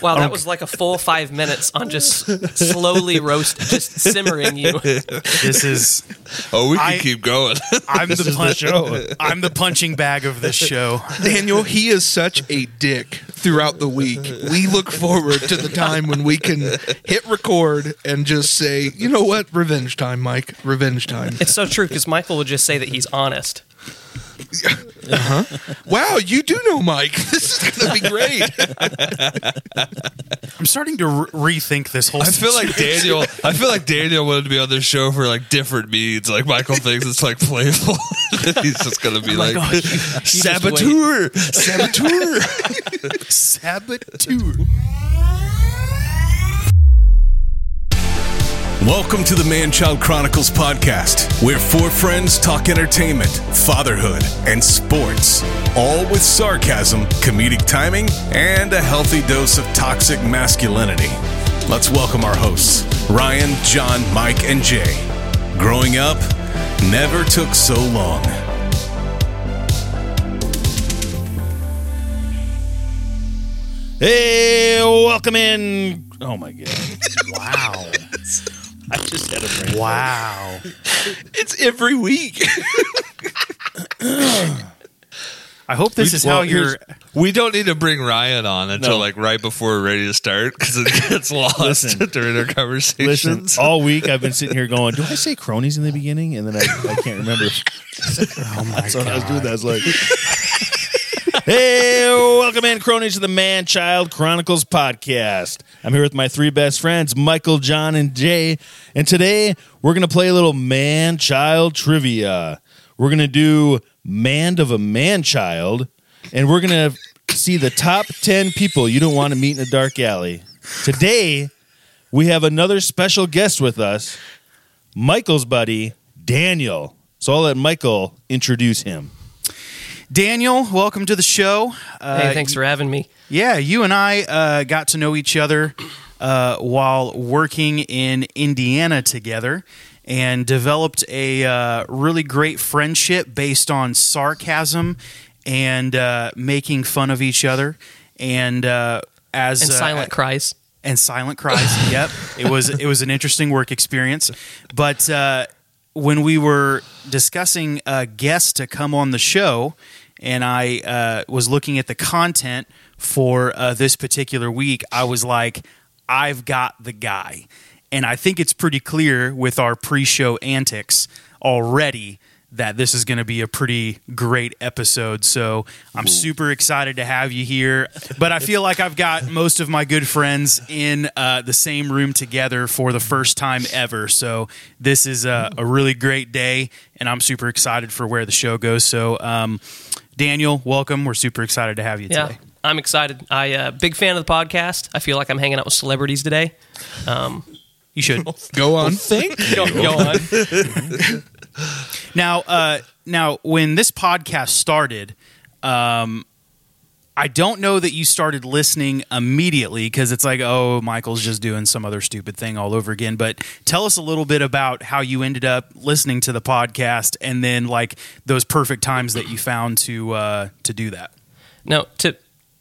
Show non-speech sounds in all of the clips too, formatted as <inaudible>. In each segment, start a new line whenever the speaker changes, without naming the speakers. Wow, that was like a full five minutes on just slowly roast, just simmering you.
This is
Oh, we can
I-
keep going.
I'm the punch, I'm the punching bag of this show.
Daniel, he is such a dick throughout the week. We look forward to the time when we can hit record and just say, you know what? Revenge time, Mike. Revenge time.
It's so true because Michael would just say that he's honest.
Wow, you do know Mike. <laughs> This is going to be great.
I'm starting to re- rethink this whole.
<laughs> I feel <laughs> like Daniel. I feel like Daniel wanted to be on this show for like different needs. Like Michael thinks it's like playful. <laughs> He's just gonna
Oh
be
<laughs>
like
God, you- you
<laughs>
just
saboteur, <laughs> saboteur.
saboteur.
Welcome to the Man Child Chronicles podcast, where four friends talk entertainment, fatherhood, and sports, all with sarcasm, comedic timing, and a healthy dose of toxic masculinity. Let's welcome our hosts, Ryan, John, Mike, and Jay. Growing up never took so long.
Hey, welcome in. Oh my god!
Wow.
I just had a brain.
Wow.
It's every week.
I hope this is how
Well,
you're.
here's- <laughs> We don't need to bring Ryan on until like right before we're ready to start because it <laughs> gets lost
Listen.
<laughs> during our
Listen,
conversations.
all week I've been sitting here going, "Do I say cronies in the beginning?" And then I, I can't remember.
Oh my
So when I was
God.
doing that. I was like, "Hey, welcome in, cronies, to the Man Child Chronicles podcast." I'm here with my three best friends, Michael, John, and Jay, and today we're gonna play a little man child trivia. We're gonna do man of a man child, and we're gonna see the top ten people you don't want to meet in a dark alley. Today, we have another special guest with us, Michael's buddy Daniel. So I'll let Michael introduce him.
Daniel, welcome to the show. Uh,
hey, thanks for having me.
Yeah, you and I uh, got to know each other uh, while working in Indiana together and developed a uh, really great friendship based on sarcasm and uh, making fun of each other and uh, as
And
uh,
silent cries.
and silent cries. yep, it was it was an interesting work experience. But uh, when we were discussing a guest to come on the show, and I uh, was looking at the content for uh, this particular week, I was like, I've got the guy, and I think it's pretty clear with our pre-show antics already. That this is going to be a pretty great episode. So I'm super excited to have you here. But I feel like I've got most of my good friends in uh, the same room together for the first time ever. So this is a, a really great day, and I'm super excited for where the show goes. So, um, Daniel, welcome. We're super excited to have you
Yeah,
today.
I'm excited. I uh, big fan of the podcast. I feel like I'm hanging out with celebrities today.
You should.
Go on.
<laughs> Go, go on.
Now, uh, now, when this podcast started, um, I don't know that you started listening immediately because it's like, oh, Michael's just doing some other stupid thing all over again. But tell us a little bit about how you ended up listening to the podcast, and then like those perfect times that you found to uh, to do that.
No, to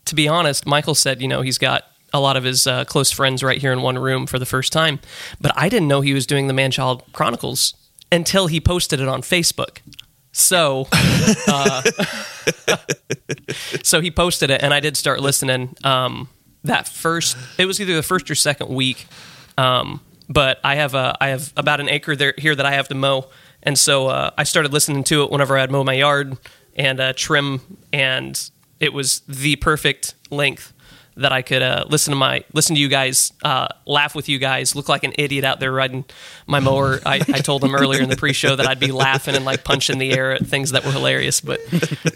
to be honest, Michael said, you know, he's got a lot of his uh, close friends right here in one room for the first time, but I didn't know he was doing the Manchild Chronicles until he posted it on Facebook. So, uh, <laughs> so he posted it, and I did start listening. Um, that first, it was either the first or second week, um, but I have a I have about an acre there here that I have to mow, and so uh, I started listening to it whenever I'd mow my yard and uh, trim, and it was the perfect length that I could uh, listen to my listen to you guys uh, laugh with you guys, look like an idiot out there riding my mower. I, I told them earlier in the pre-show that I'd be laughing and like punching the air at things that were hilarious, but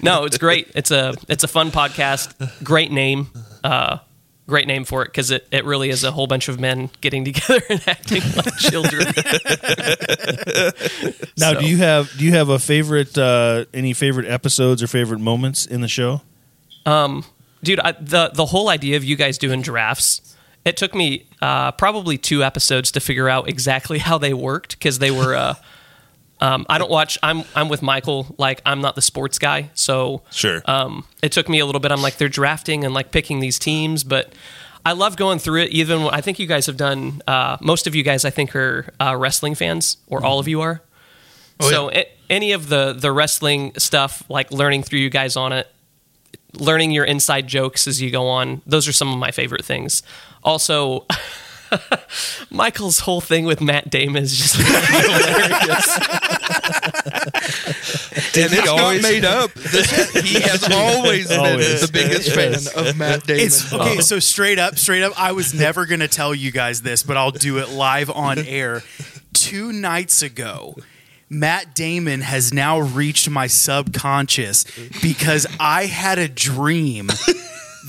no, it's great. It's a it's a fun podcast. Great name. Uh, great name for it because it, it really is a whole bunch of men getting <laughs> together and acting like children.
Now,
So-
do you have do you have a favorite uh, any favorite episodes or favorite moments in the show?
Dude, I, the the whole idea of you guys doing drafts, it took me uh, probably two episodes to figure out exactly how they worked because they were. Uh, um, I don't watch. I'm I'm with Michael. Like I'm not the sports guy, so
Sure.
Uh,
Um, it took me a little bit. I'm like they're drafting and like picking these teams, but I love going through it. Even when- I think you guys have done. Uh, most of you guys, I think, are uh, wrestling fans, or all of you are. so a- any of the the wrestling stuff, like learning through you guys on it, learning your inside jokes as you go on. Those are some of my favorite things. Also. <laughs> Michael's whole thing with Matt Damon is just hilarious.
and it's not
<laughs>
made up. This- he has always been
Always.
the biggest fan of Matt Damon.
It's okay. So straight up, straight up, I was never going to tell you guys this, but I'll do it live on air. Two nights ago, Matt Damon has now reached my subconscious because I had a dream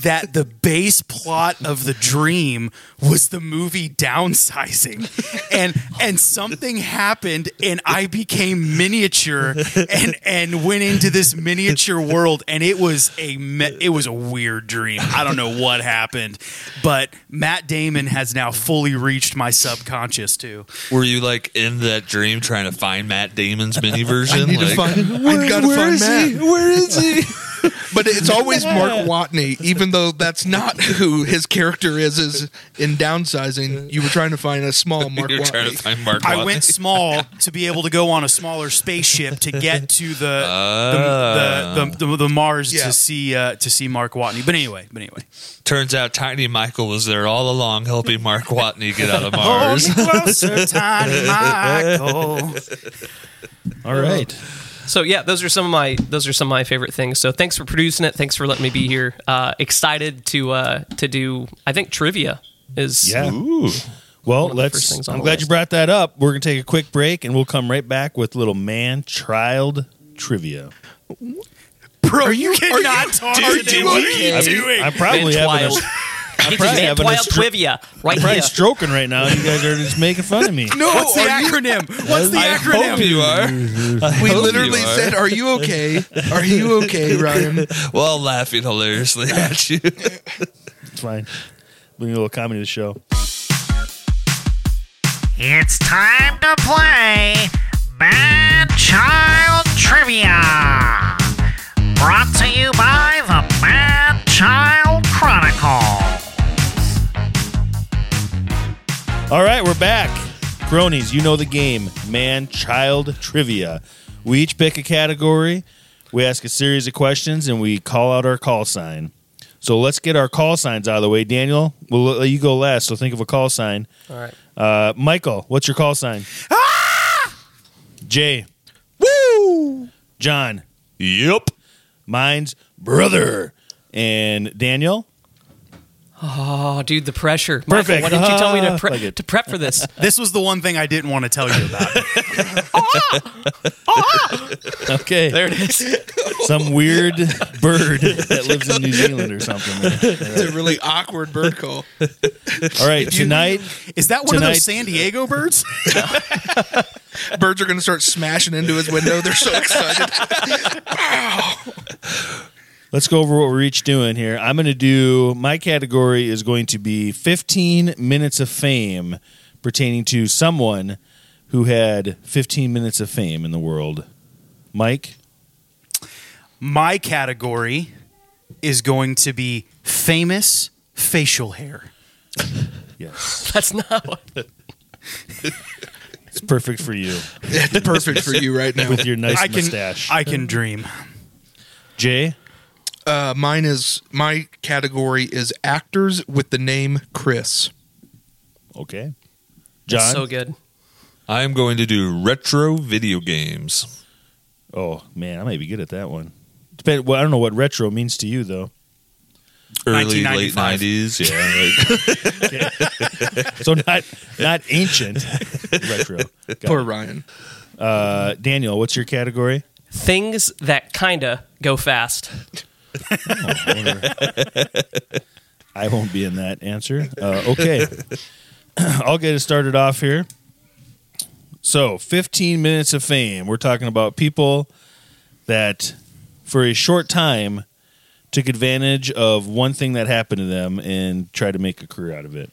that the base plot of the dream was the movie downsizing and and something happened and I became miniature and and went into this miniature world and it was a me- it was a weird dream I don't know what happened but Matt Damon has now fully reached my subconscious too
Were you like in that dream trying to find Matt Damon's mini version?
<laughs> I need
like,
to find. Where, gotta
where
find
is
Matt.
he? Where is he?
<laughs> But it's always Mark Watney, even though that's not who his character is. Is in downsizing, you were trying to find a small
<laughs>
Mark
You're trying to
Watney.
find Mark.
I
Watney.
went small to be able to go on a smaller spaceship to get to the the, the, the, the, the Mars
Yeah.
to see uh, to see Mark Watney. But anyway, but anyway.
Turns out Tiny Michael was there all along, helping Mark Watney
<laughs>
get out of Mars.
closer, tiny Michael.
All right.
So yeah, those are some of my those are some of my favorite things. So thanks for producing it. Thanks for letting me be here. Uh, excited to uh, to do. I think trivia is <laughs>
Yeah. Well,
of the first
let's.
things on
I'm
the
glad
list.
you brought that up. We're gonna take a quick break, and we'll come right back with little man-child trivia.
Bro, you, cannot talk
dude,
today.
dude,
What
what
are
are
you
I'm,
doing?
I'm probably having a,
Manchild.
I'm
It's
probably having a
Manchild
stri-
trivia right
probably
here.
stroking right now. You guys are just making fun of me.
No,
What's the
are you-
acronym? What's the
I hope
acronym?
you are. I
we
hope
literally
you are.
said, "Are you okay? Are you okay, Ryan?"
Oh.
while laughing hilariously <laughs> at you.
It's fine. Bring a little comedy to the show.
It's time to play Bad Child Trivia. Brought to you by the Bad Child Chronicle.
All right, we're back. Cronies, you know the game man child trivia. We each pick a category, we ask a series of questions, and we call out our call sign. So let's get our call signs out of the way. Daniel, we'll let you go last, so think of a call sign.
All right.
Uh, Michael, what's your call sign? Jay. Woo! John.
Yep.
Mine's brother. And Daniel?
Oh, dude, the pressure. Michael,
Perfect.
why didn't you tell me
<laughs> Ah,
to,
like
pre-
it.
to prep for
<laughs>
this?
This was the one thing I didn't want to tell you about.
Okay.
There it is.
<laughs> Some weird bird that lives in New Zealand or something.
It's a really awkward bird call.
All right, tonight
Is that one of
Tonight-
those San Diego birds?
Birds are going to start smashing into his window. They're so excited.
let's go over what we're each doing here. I'm going to do my category is going to be 15 minutes of fame pertaining to someone who had 15 minutes of fame in the world. Mike,
My category is going to be famous facial hair.
yes,
That's not. What,
it's perfect for you
It's perfect for you right now.
with your nice
I can
mustache.
I can dream.
Jay,
Uh, mine is my category is actors with the name Chris.
okay, John.
so good.
I'm going to do retro video games.
oh man, I might be good at that one. Depend- well, I don't know what retro means to you though.
Early, late
1995.
90s. Yeah. Like, <laughs>
So not not ancient <laughs> retro. Got
Poor
it.
Ryan.
Uh, Daniel, what's your category?
Things that kinda go fast.
Oh, I won't be in that answer. Uh, okay. <clears throat> I'll get it started off here. So, 15 minutes of fame. We're talking about people that, for a short time, took advantage of one thing that happened to them and tried to make a career out of it.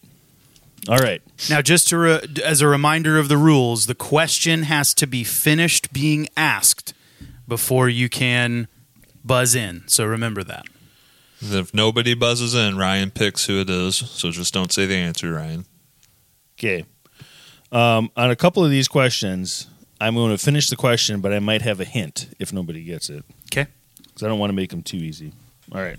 All right.
Now, just to re- as a reminder of the rules, the question has to be finished being asked before you can buzz in. So remember that.
If nobody buzzes in, Ryan picks who it is. So just don't say the answer, Ryan.
Okay. Um, on a couple of these questions, I'm going to finish the question, but I might have a hint if nobody gets it.
'Kay.
Because I don't want to make them too easy. All right.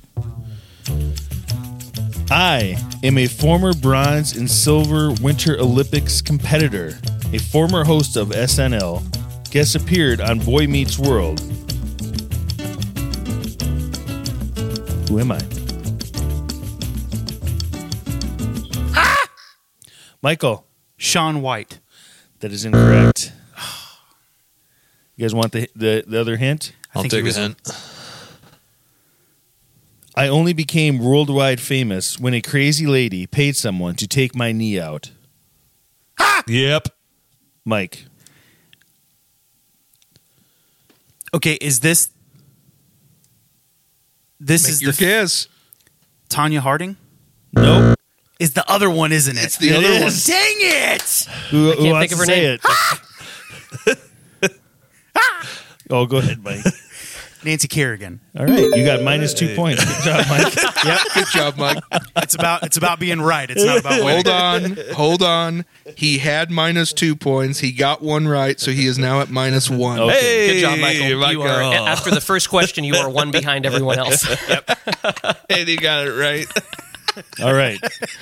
I am a former bronze and silver Winter Olympics competitor, a former host of SNL, guest appeared on Boy Meets World. Who am I? Michael.
Sean White.
That is incorrect. You guys want the the, the other hint?
I'll
think he
take a
was-
hint.
<laughs>
I only became worldwide famous when a crazy lady paid someone to take my knee out.
Yep.
Mike.
Okay, is this this
Make
is
your
the
guess.
Tanya Harding?
Nope.
Is the other one, isn't it?
It's the other one.
Dang it!
Who,
think
who wants
of
to
her
say
name.
it? <laughs> oh, go ahead, Mike.
Nancy Kerrigan.
All right, you got minus two points. Good job, Mike.
Good job, Mike.
It's about it's about being right. It's not about winning.
Hold on. Hold on. He had minus two points. He got one right, so he is now at minus one.
Okay.
Good job, Michael.
Hey,
You
Michael.
are after the first question, you are one behind everyone
<laughs>
else.
And he got it right.
<laughs> All right.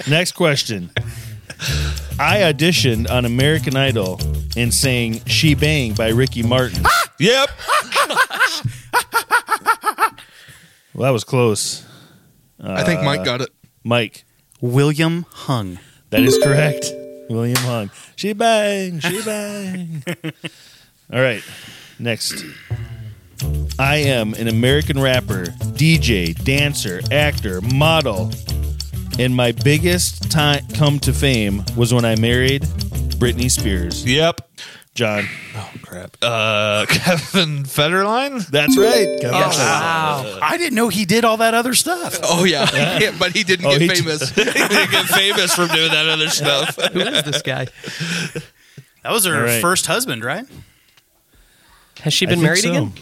Next question. I auditioned on American Idol and sang She Bang by Ricky Martin.
yep.
Well, that was close.
I think Mike got it.
Mike.
William Hung.
That is correct. William Hung. She bang, <laughs> she bang. All right. Next. I am an American rapper, DJ, dancer, actor, model. And my biggest time come to fame was when I married Britney Spears.
Yep.
John.
Crap. Uh, <laughs> Kevin Federline?
That's right. Kevin.
Wow. <laughs> I didn't know he did all that other stuff.
Oh yeah, <laughs> Yeah, but he didn't
Oh,
get
he did.
famous.
they get famous from doing that other
<laughs>
stuff.
Who is this guy?
That was her
All right.
first husband, right?
Has she
I
been
think
married
so.
again?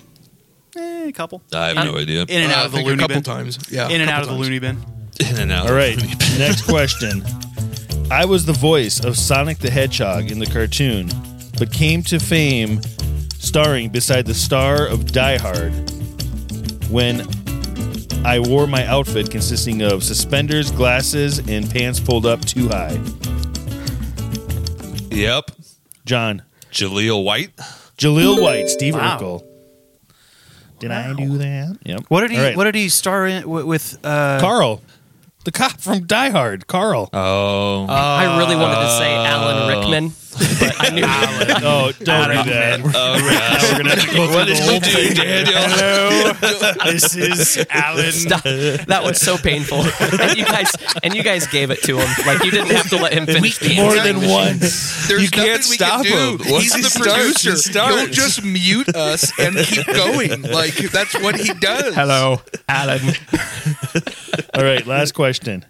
Eh, a couple.
I have no idea.
In and out
I
of the
think a
loony
couple
bin.
times. Yeah,
In and
couple
out of the
times.
loony bin.
In and out.
All right. Next question. I was the voice of Sonic the Hedgehog in the cartoon, but came to fame starring beside the star of Die Hard when I wore my outfit consisting of suspenders, glasses, and pants pulled up too high.
Yep.
John.
Jaleel White.
Jaleel White, Steve
Wow.
Urkel. Did I do that? Yep.
What did he
All right.
What did he star in wi- with? Uh,
Carl, the cop from Die Hard. Carl.
Oh.
I really wanted to say
Uh,
Alan Rickman, but I
<laughs>
knew
oh, don't do that. Now <laughs> we're gonna have to go
what
through
did
the whole
you
Uh,
do,
<laughs>
Daniel?
this is Alan.
Stop. that was so
<laughs>
painful. And you guys and you guys gave it to him. Like you didn't have to let him finish the
more
answer.
than
<laughs>
once.
There's
You can't
nothing we
stop
can do.
him. Once
He's
he
the
starts, he
producer.
starts.
He'll just mute us and keep
<laughs>
going. Like that's what he does.
Hello, Alan.
All right, last question.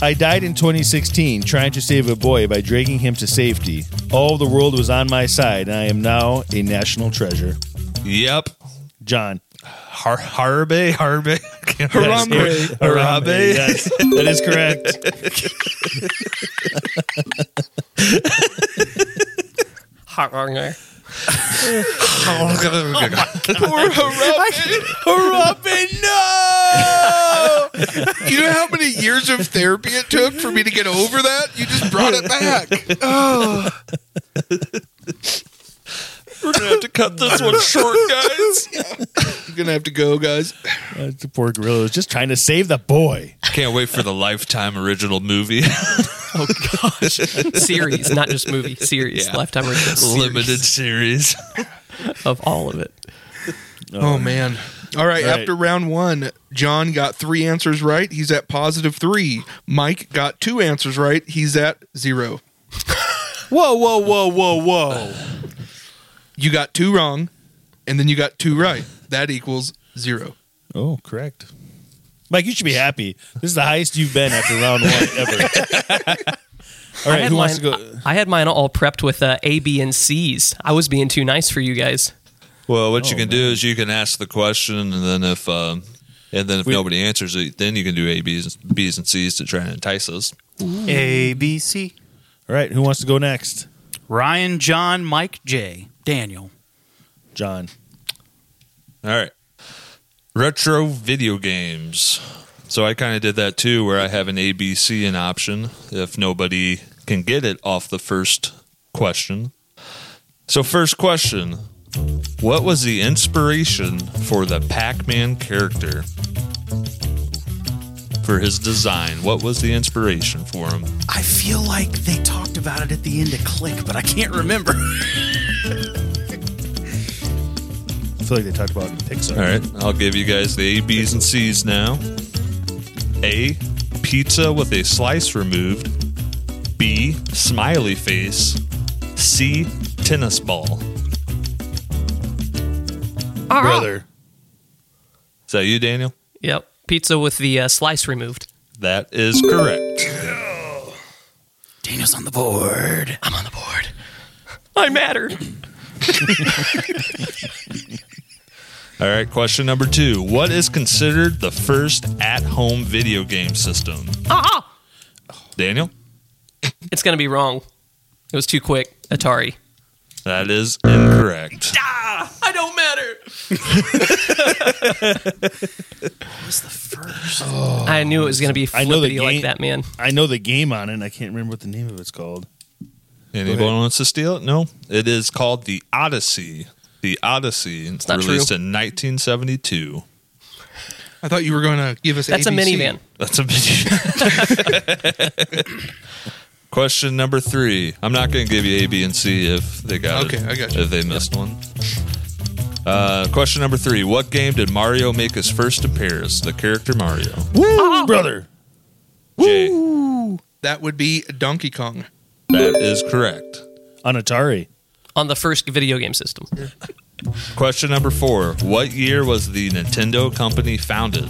I died in 2016 trying to save a boy by dragging him to safety. All the world was on my side, and I am now a national treasure.
Yep.
<laughs> John.
Har- Harabe? <laughs> Harabe?
Yes. Harambe.
<laughs>
Harambe.
Yes, that is correct.
Hot wrong there.
Oh,
<laughs> Poor Harambe. Harambe, no! <laughs> you know how many years of therapy it took for me to get over that? You just brought it back.
Oh. We're going to have to cut this one short,
<laughs>
guys.
I'm gonna have to go, guys.
Uh, the poor gorilla was just trying to save the boy.
Can't wait for the Lifetime original movie.
Oh gosh. series, not just
<laughs>
movie, series.
Yeah.
Lifetime original series
<laughs> Limited series.
of all of it.
Oh, man. All right,
All right.
after round one, John got three answers right. He's at positive three. Mike got two answers right. He's at zero.
<laughs> Whoa, whoa, whoa, whoa, whoa!
You got two wrong, and then you got two right. That equals zero.
Oh, correct. Mike, you should be happy. This is the highest you've been after round one
<laughs>
ever. All
I
right,
had
who wants to
mine-
go?
I had mine all prepped with uh, A, B, and C's. I was being too nice for you guys.
Well, what you can do is you can ask the question, and then if um, And then if nobody answers it, then you can do A, B's, B's, and C's to try and entice us.
A B C.
All right, who wants to go next?
Ryan, John, Mike, J, Daniel.
John.
All right. Retro video games. So I kind of did that too, where I have an A, B, C an option if nobody can get it off the first question. So, first question What was the inspiration for the Pac Man character? For his design, what was the inspiration for him?
I feel like they talked about it at the end of Click, but I can't remember.
I feel like they talked about Pixar.
All right, I'll give you guys the A, B's, and C's now. A, pizza with a slice removed. B, smiley face. C, tennis ball.
Brother.
Is that you, Daniel?
Yep. Pizza with the uh, slice removed.
That is correct.
Daniel's on the board.
I'm on the board. I matter.
All right, question number two. What is considered the first at home video game system? Daniel?
It's gonna be wrong. It was too quick. Atari.
That is incorrect.
I don't <laughs> matter. Oh, I knew it was gonna be
I know the
flippity like
game-
that, man.
I know the game on it, and I can't remember what the name of it's called.
Anyone wants to steal it? No. It is called the Odyssey. The Odyssey. It's
not
released
true.
in 1972.
I thought you were going to give us.
That's a minivan.
ABC.
That's
<laughs>
a big. Question number three. I'm not going to give you A, B, and C if they got it.
Okay, I got you.
If they missed one. Uh, question number three. What game did Mario make his first appearance? The character Mario.
Oh.
Brother.
Jay.
That would be Donkey Kong.
That is correct.
On Atari.
On the first video game system.
Question number four. What year was the Nintendo company founded?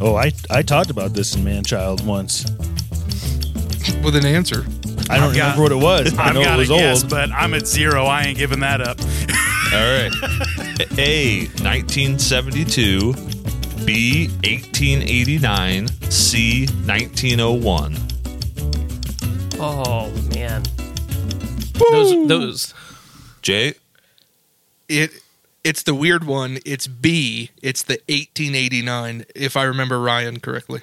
Oh, I, I talked about this in Man Child once.
with an answer.
I don't
got-
remember what it was. I
I've
know
got
it was
a guess, <laughs>
old.
but I'm at zero. I ain't giving that up.
All right. A. 1972. B. 1889. C. 1901.
Oh man. Those those
Jay.
It it's the weird one. It's B. It's the 1889, if I remember Ryan correctly.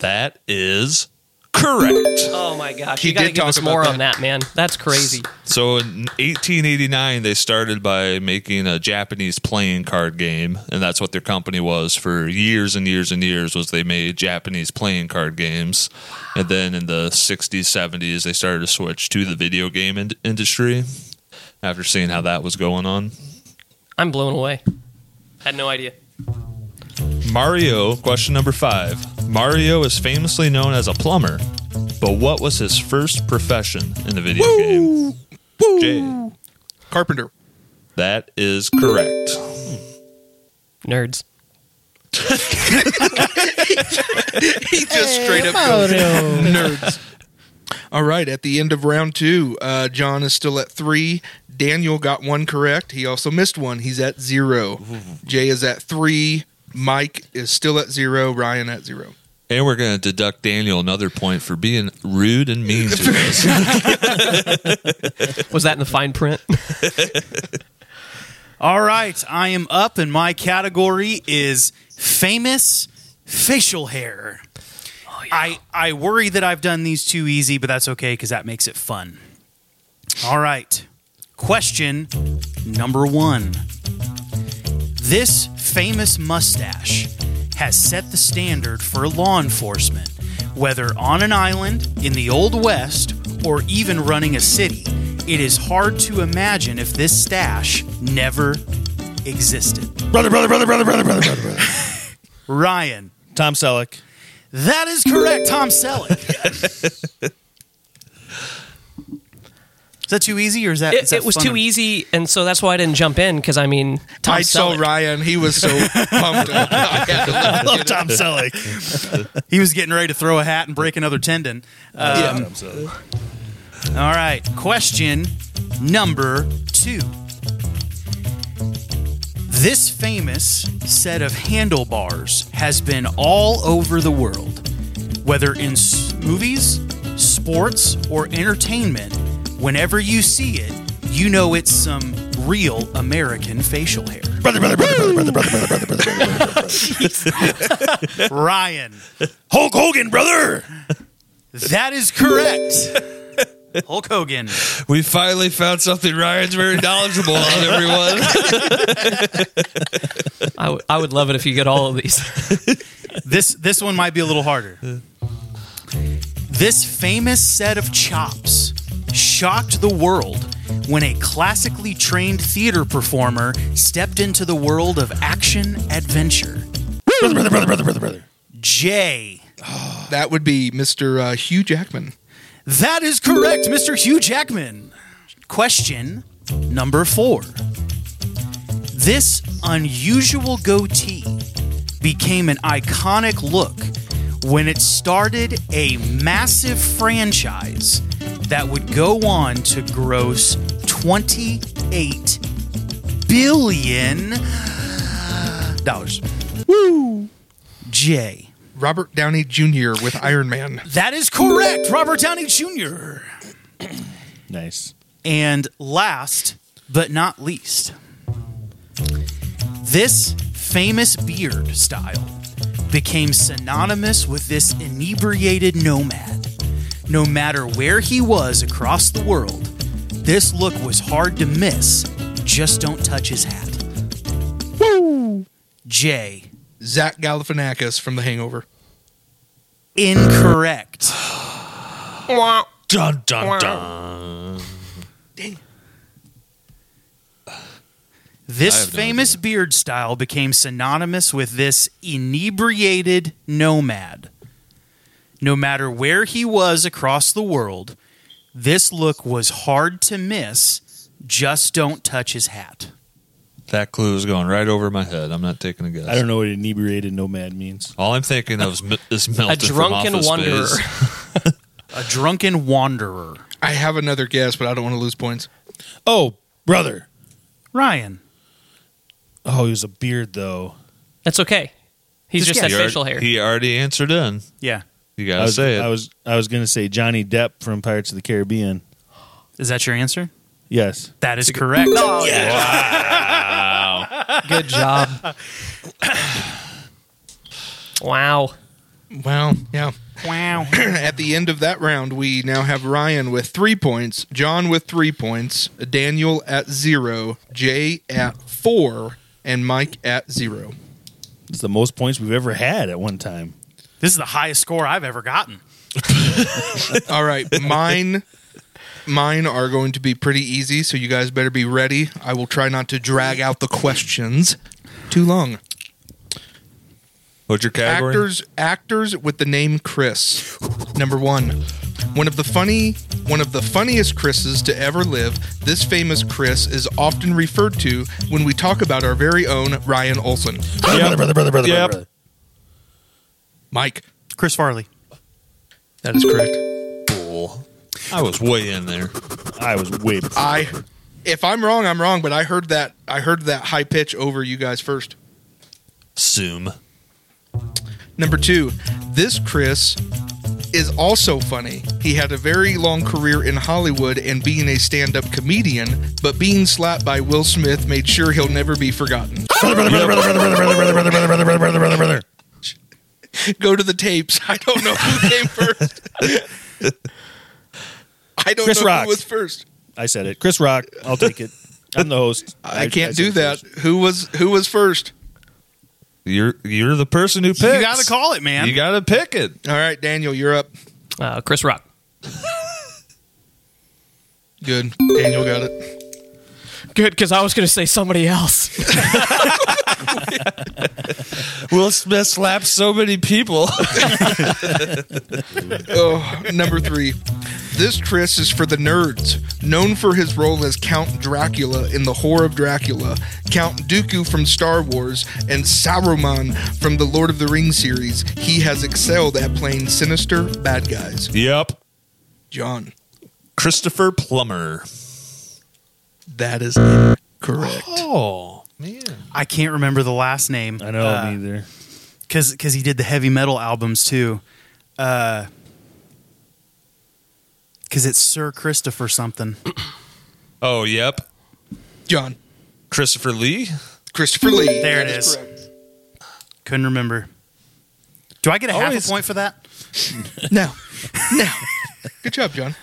That is correct.
Oh my gosh.
He
you gotta
did
give
talk
us
about
more
that.
on that, man. That's crazy.
So in 1889, they started by making a Japanese playing card game, and that's what their company was for years and years and years. Was they made Japanese playing card games, and then in the 60s, 70s, they started to switch to the video game in- industry after seeing how that was going on.
I'm blown away. Had no idea.
Mario, question number five. Mario is famously known as a plumber, but what was his first profession in the video game? Jay.
Carpenter.
That is correct.
Nerds.
He just straight up goes, <laughs> nerds. All right, at the end of round two, uh, John is still at three. Daniel got one correct. He also missed one. He's at zero. Jay is at three. Mike is still at zero. Ryan at zero.
And we're going to deduct Daniel another point for being rude and mean
<laughs>
to us.
Was that in the fine print?
All right, I am up, and my category is famous facial hair. I, I worry that I've done these too easy, but that's okay because that makes it fun. All right, question number one. This famous mustache has set the standard for law enforcement, whether on an island, in the Old West, or even running a city. It is hard to imagine if this stash never existed.
Brother, brother, brother, brother, brother, brother, brother, brother.
<laughs> Ryan,
Tom Selleck.
that is correct, Tom Selleck.
<laughs>
Is that too easy, or is that is
It,
that
it was
fun?
too easy, and so that's why I didn't jump in because I mean, Tom
I saw
Selleck.
Ryan. He was so pumped.
<laughs>
up. I had to let him
Love
get it.
Tom Selleck.
He was getting ready to throw a hat and break another tendon. Um,
Love Tom Selleck.
All right, question number two. This famous set of handlebars has been all over the world. Whether in s- movies, sports, or entertainment, whenever you see it, you know it's some real American facial hair.
Brother, brother, brother, brother, brother, brother, brother, brother, brother, brother, brother.
Ryan,
Hulk Hogan, brother.
that is correct. <laughs> Hulk Hogan.
We finally found something Ryan's very knowledgeable on,
<laughs>
everyone.
I, w- I would love it if you get all of these.
This this one might be a little harder. This famous set of chops shocked the world when a classically trained theater performer stepped into the world of action adventure.
Brother, brother, brother, brother, brother, brother.
Jay.
That would be Mr. Uh, Hugh Jackman.
That is correct, Mr. Hugh Jackman. Question number four. This unusual goatee became an iconic look when it started a massive franchise that would go on to gross 28 billion dollars. Woo! Jay.
Robert Downey Jr. with Iron Man.
That is correct, Robert Downey Jr.
Nice.
And last but not least, this famous beard style became synonymous with this inebriated nomad. No matter where he was across the world, this look was hard to miss. Just don't touch his hat. Woo! Jay,
Zach Galifianakis from The Hangover.
incorrect.
dun, dun, dun. I
This
have no
famous beard style became synonymous with this inebriated nomad. No matter where he was across the world, this look was hard to miss. Just don't touch his hat.
That clue is going right over my head. I'm not taking a guess.
I don't know what inebriated nomad means.
All I'm thinking of is, m- is Melton
a drunken
from Office
wanderer.
Space.
A drunken wanderer.
I have another guess, but I don't want to lose points.
Oh, brother.
Ryan.
Oh, he was a beard though.
That's okay. He's
Just
just
guess.
had
He already-
facial hair.
He already answered in.
Yeah.
You gotta
I was,
say it.
I was I was gonna say Johnny Depp from Pirates of the Caribbean.
Is that your answer?
Yes.
That is correct.
Good job. wow.
Wow. Yeah. <clears throat>
Wow.
At the end of that round, we now have Ryan with three points, John with three points, Daniel at zero, Jay at four, and Mike at zero.
It's the most points we've ever had at one time.
This is the highest score I've ever gotten.
All right, mine. Mine are going to be pretty easy, so you guys better be ready. I will try not to drag out the questions too long.
What's your category?
Actors actors with the name Chris. Number 1. One of the funny one of the funniest Chris's to ever live. This famous Chris is often referred to when we talk about our very own Ryan Olson.
Brother, brother, brother, brother, brother,
Yep.
brother.
Mike,
Chris Farley.
that is correct.
I was way in there.
I was way <laughs>
I if I'm wrong, I'm wrong, but I heard that I heard that high pitch over you guys first.
Zoom.
Number two, this Chris is also funny. He had a very long career in Hollywood and being a stand up comedian, but being slapped by Will Smith made sure he'll never be forgotten. Go to the tapes. I don't know who came first. I don't
Chris
know
Rock.
who was first.
I said it. Chris Rock, I'll take it. I'm the host.
I, can't
said
do
it
that.
first.
Who was who was first?
You're you're the person who picks.
You got to call it, man.
You gotta pick it.
All right, Daniel, you're up.
Uh, Chris Rock.
Good. Daniel got it.
Good, because I was going to say somebody else.
Will Smith slapped so many people. <laughs>
Oh, number three. This Chris is for the nerds. Known for his role as Count Dracula in The Whore of Dracula, Count Dooku from Star Wars, and Saruman from the Lord of the Rings series, he has excelled at playing sinister bad guys.
yep.
John,
Christopher Plummer.
that is incorrect.
Oh. Man.
I can't remember the last name.
I know
Ah.
neither.
because because he did the heavy metal albums too. Because it's Sir Christopher something. <clears throat>
Oh, yep.
John
Christopher Lee?
Christopher Lee.
There
That
it is.
correct.
Couldn't remember. Do I get a half
Always-
a point for that?
No, no. <laughs> Good job, John.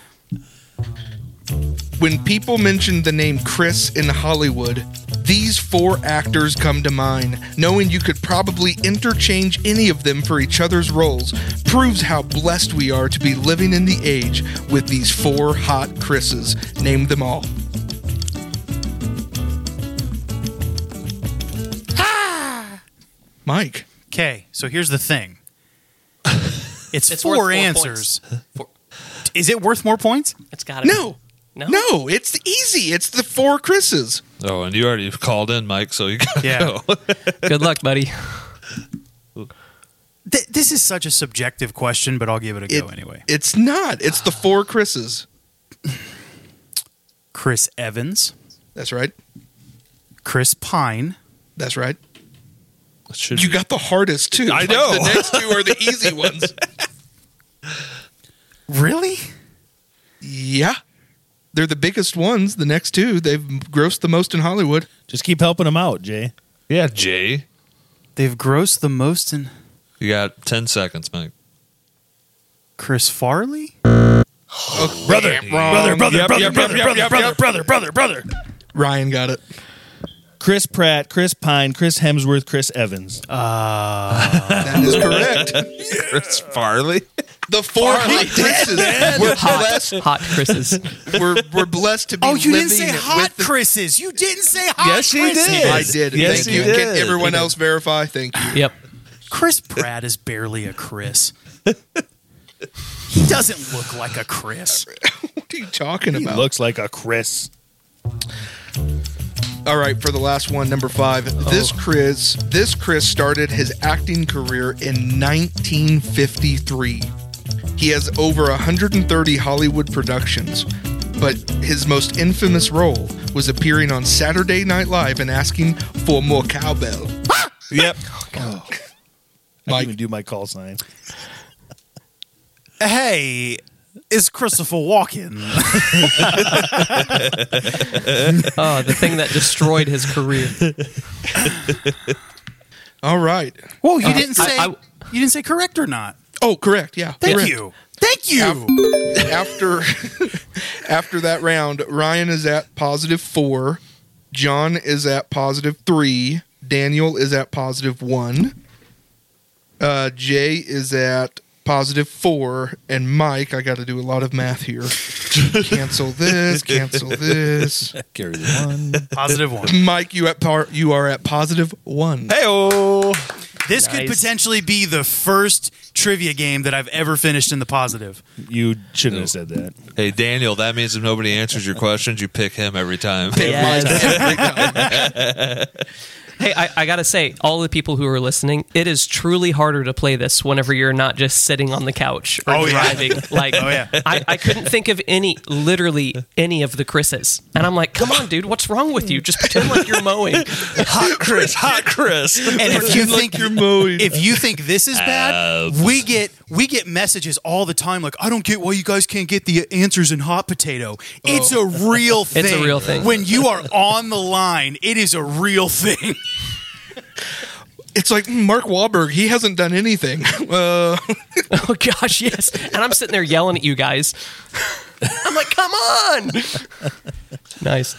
When people mention the name Chris in Hollywood, these four actors come to mind. Knowing you could probably interchange any of them for each other's roles proves how blessed we are to be living in the age with these four hot Chris's. Name them all. Mike.
Okay, so here's the thing. It's,
It's worth
four,
four
answers. Is it worth more points?
It's got to
No.
No?
No, it's easy. It's the four Chris's.
Oh, and you already called in, Mike, so you got to
Yeah.
go.
Good luck, buddy.
Th- this is such a subjective question, but I'll give it a go
It-
anyway.
It's not. It's the four Chris's.
Chris Evans,
That's right.
Chris Pine,
That's right.
Should
You got the hardest two.
I
Like,
know.
The next two are the easy ones.
really?
Yeah. They're the biggest ones. The next two, they've grossed the most in Hollywood.
Just keep helping him out, Jay.
<laughs> yeah, Jay.
They've grossed the most in
You got 10 seconds, Mike.
Chris Farley.
Brother, brother, brother.
Yep, yep, yep, yep, yep, yep.
brother, brother, brother.
Ryan got it.
Chris Pratt, Chris Pine, Chris Hemsworth, Chris Evans.
Uh,
That is correct.
Chris Farley?
The four hot Chris's. We're blessed.
Hot Chris's.
We're, we're blessed to be.
Oh, you didn't
living
say
with
hot
the-
Chris's. You didn't say hot.
Yes, he
Chris's.
did.
I did.
Yes,
Thank
you
you. Can
did.
everyone else verify? Thank you.
Yep.
Chris Pratt is barely a Chris. <laughs> he doesn't look like a Chris.
What are you talking
He
about?
looks like a Chris.
All right, for the last one, number five. This Chris, this Chris started his acting career in 1953. He has over 130 Hollywood productions, but his most infamous role was appearing on Saturday Night Live and asking for more cowbell.
Yep. I
Mike,
didn't even do my call sign.
Hey, is Christopher Walken?
Oh, the thing that destroyed his <laughs> career.
all right.
Well, you didn't
I-
say
I-
you didn't say correct or not.
Oh, correct. Yeah.
Thank
correct.
you. Thank you.
after <laughs> after that round, Ryan is at positive four, John is at positive three, Daniel is at positive one, uh, Jay is at positive four, and Mike. I got to do a lot of math here.
<laughs>
cancel this. Cancel this.
Carry the one.
Positive one.
<laughs> Mike, you at par- you are at positive one.
Hey, oh.
This could
Nice.
potentially be the first trivia game that I've ever finished in the positive.
You shouldn't have said that.
Hey, Daniel, that means if nobody answers your questions, you pick him every time.
<laughs> Hey, I, I gotta say, all the people who are listening, it is truly harder to play this whenever you're not just sitting on the couch or
Oh, yeah.
<laughs> driving. Like,
Oh, yeah.
I, I couldn't think of any, literally any of the Chris's, and I'm like, come on, dude, what's wrong with you? Just pretend like you're mowing.
hot Chris, hot Chris.
And if you think
You're mowing.
if you think this is bad,
Uh,
we get we get messages all the time like I don't get why you guys can't get the answers in hot potato. It's a
<laughs>
real thing.
a real thing.
When you are on the line, it is a real thing.
It's like mm, Mark Wahlberg. He hasn't done anything. <laughs> Uh,
<laughs> oh gosh, yes. And I'm sitting there yelling at you guys. I'm like, come on. <laughs> nice.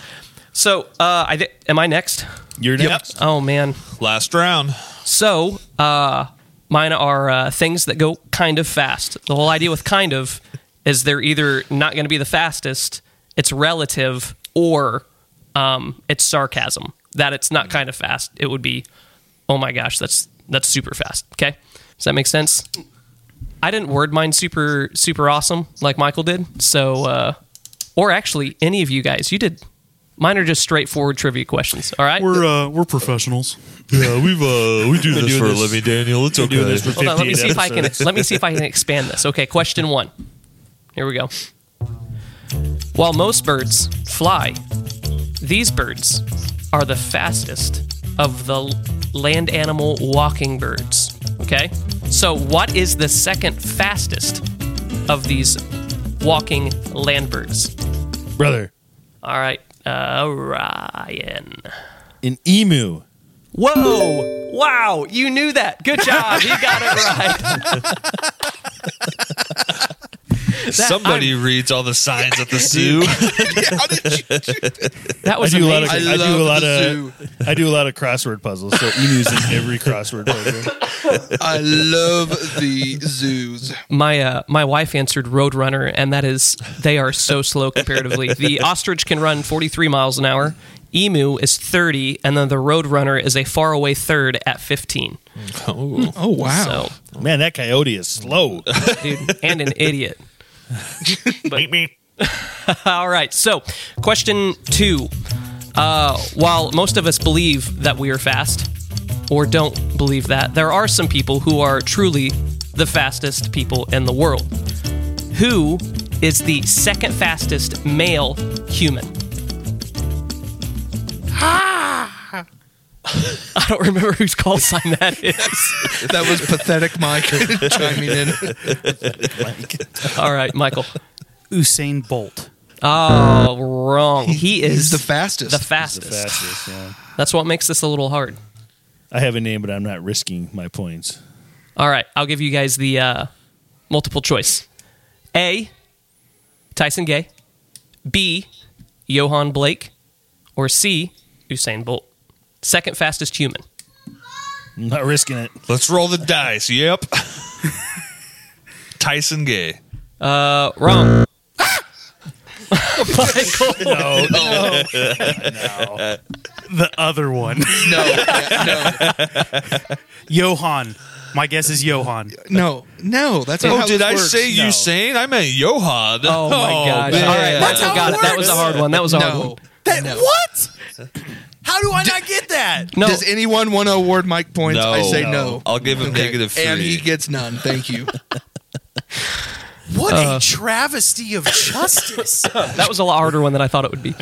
So, uh, I thi- am I next?
You're next.
Oh man.
<laughs> Last round.
So, uh, mine are uh, things that go kind of fast. The whole idea with kind of is they're either not going to be the fastest, it's relative, or um, it's sarcasm. That it's not kind of fast. It would be, oh my gosh, that's that's super fast. Okay, does that make sense? I didn't word mine super super awesome like Michael did. So, uh, or actually, any of you guys, you did. Mine are just straightforward trivia questions. All right.
We're uh, we're professionals.
Yeah, we've uh, we do this
doing
for
this-
a living, Daniel. It's okay.
doing this for
Hold on, let me
58
see if I can let me see if I can expand this. Okay, question one. Here we go. While most birds fly, these birds are the fastest of the l- land animal walking birds. Okay? So, what is the second fastest of these walking land birds?
brother.
All right, uh, Ryan.
An emu.
Whoa! Wow! You knew that. Good job. You got it right.
Somebody reads all the signs at the zoo.
How did you
That
I
was
do a lot of.
amazing.
I
I, do a
love
lot
the
of. I do a lot of crossword puzzles. So emus in every crossword
<laughs>
puzzle.
<laughs> I love the zoos.
my uh, my wife answered Roadrunner, and that is they are so slow comparatively. The ostrich can run 43 miles an hour. Emu is 30, and then the Roadrunner is a faraway third at 15.
Oh wow!
So,
Man, that coyote is slow.
dude, and an idiot. <laughs> All right. So, question two. Uh, while most of us believe that we are fast, or don't believe that, there are some people who are truly the fastest people in the world. Who is the second fastest male human? <laughs> I don't remember whose call sign that is.
<laughs> That was pathetic, Mike <laughs> chiming in.
All right, Michael.
<laughs> Usain Bolt.
Oh, wrong. He is
He's the fastest.
the fastest. <laughs>
Fastest, yeah.
That's what makes this a little hard.
I have a name, but I'm not risking my points.
All right, I'll give you guys the uh, multiple choice. A. Tyson Gay. B. Johan Blake. Or C. Usain Bolt. Second fastest human.
I'm not risking it.
Let's roll the dice. Yep. Tyson Gay.
Uh, wrong. Michael.
No, no.
The other one. <laughs>
no, yeah,
Johan. My guess is Johan.
<laughs> no, no, no. That's not
Oh,
how
did
this
I
works.
say
No.
Usain? I meant Johan.
Oh my gosh.
man.
All right, Michael got it. That was a hard one. That was a hard
No.
one.
That,
No.
What? How do I not get that?
No.
Does anyone want to award Mike points? I say no.
I'll give him
Okay.
negative three.
and he gets none. Thank you.
What
Uh.
a travesty of justice.
<laughs> That was a lot harder one than I thought it would be.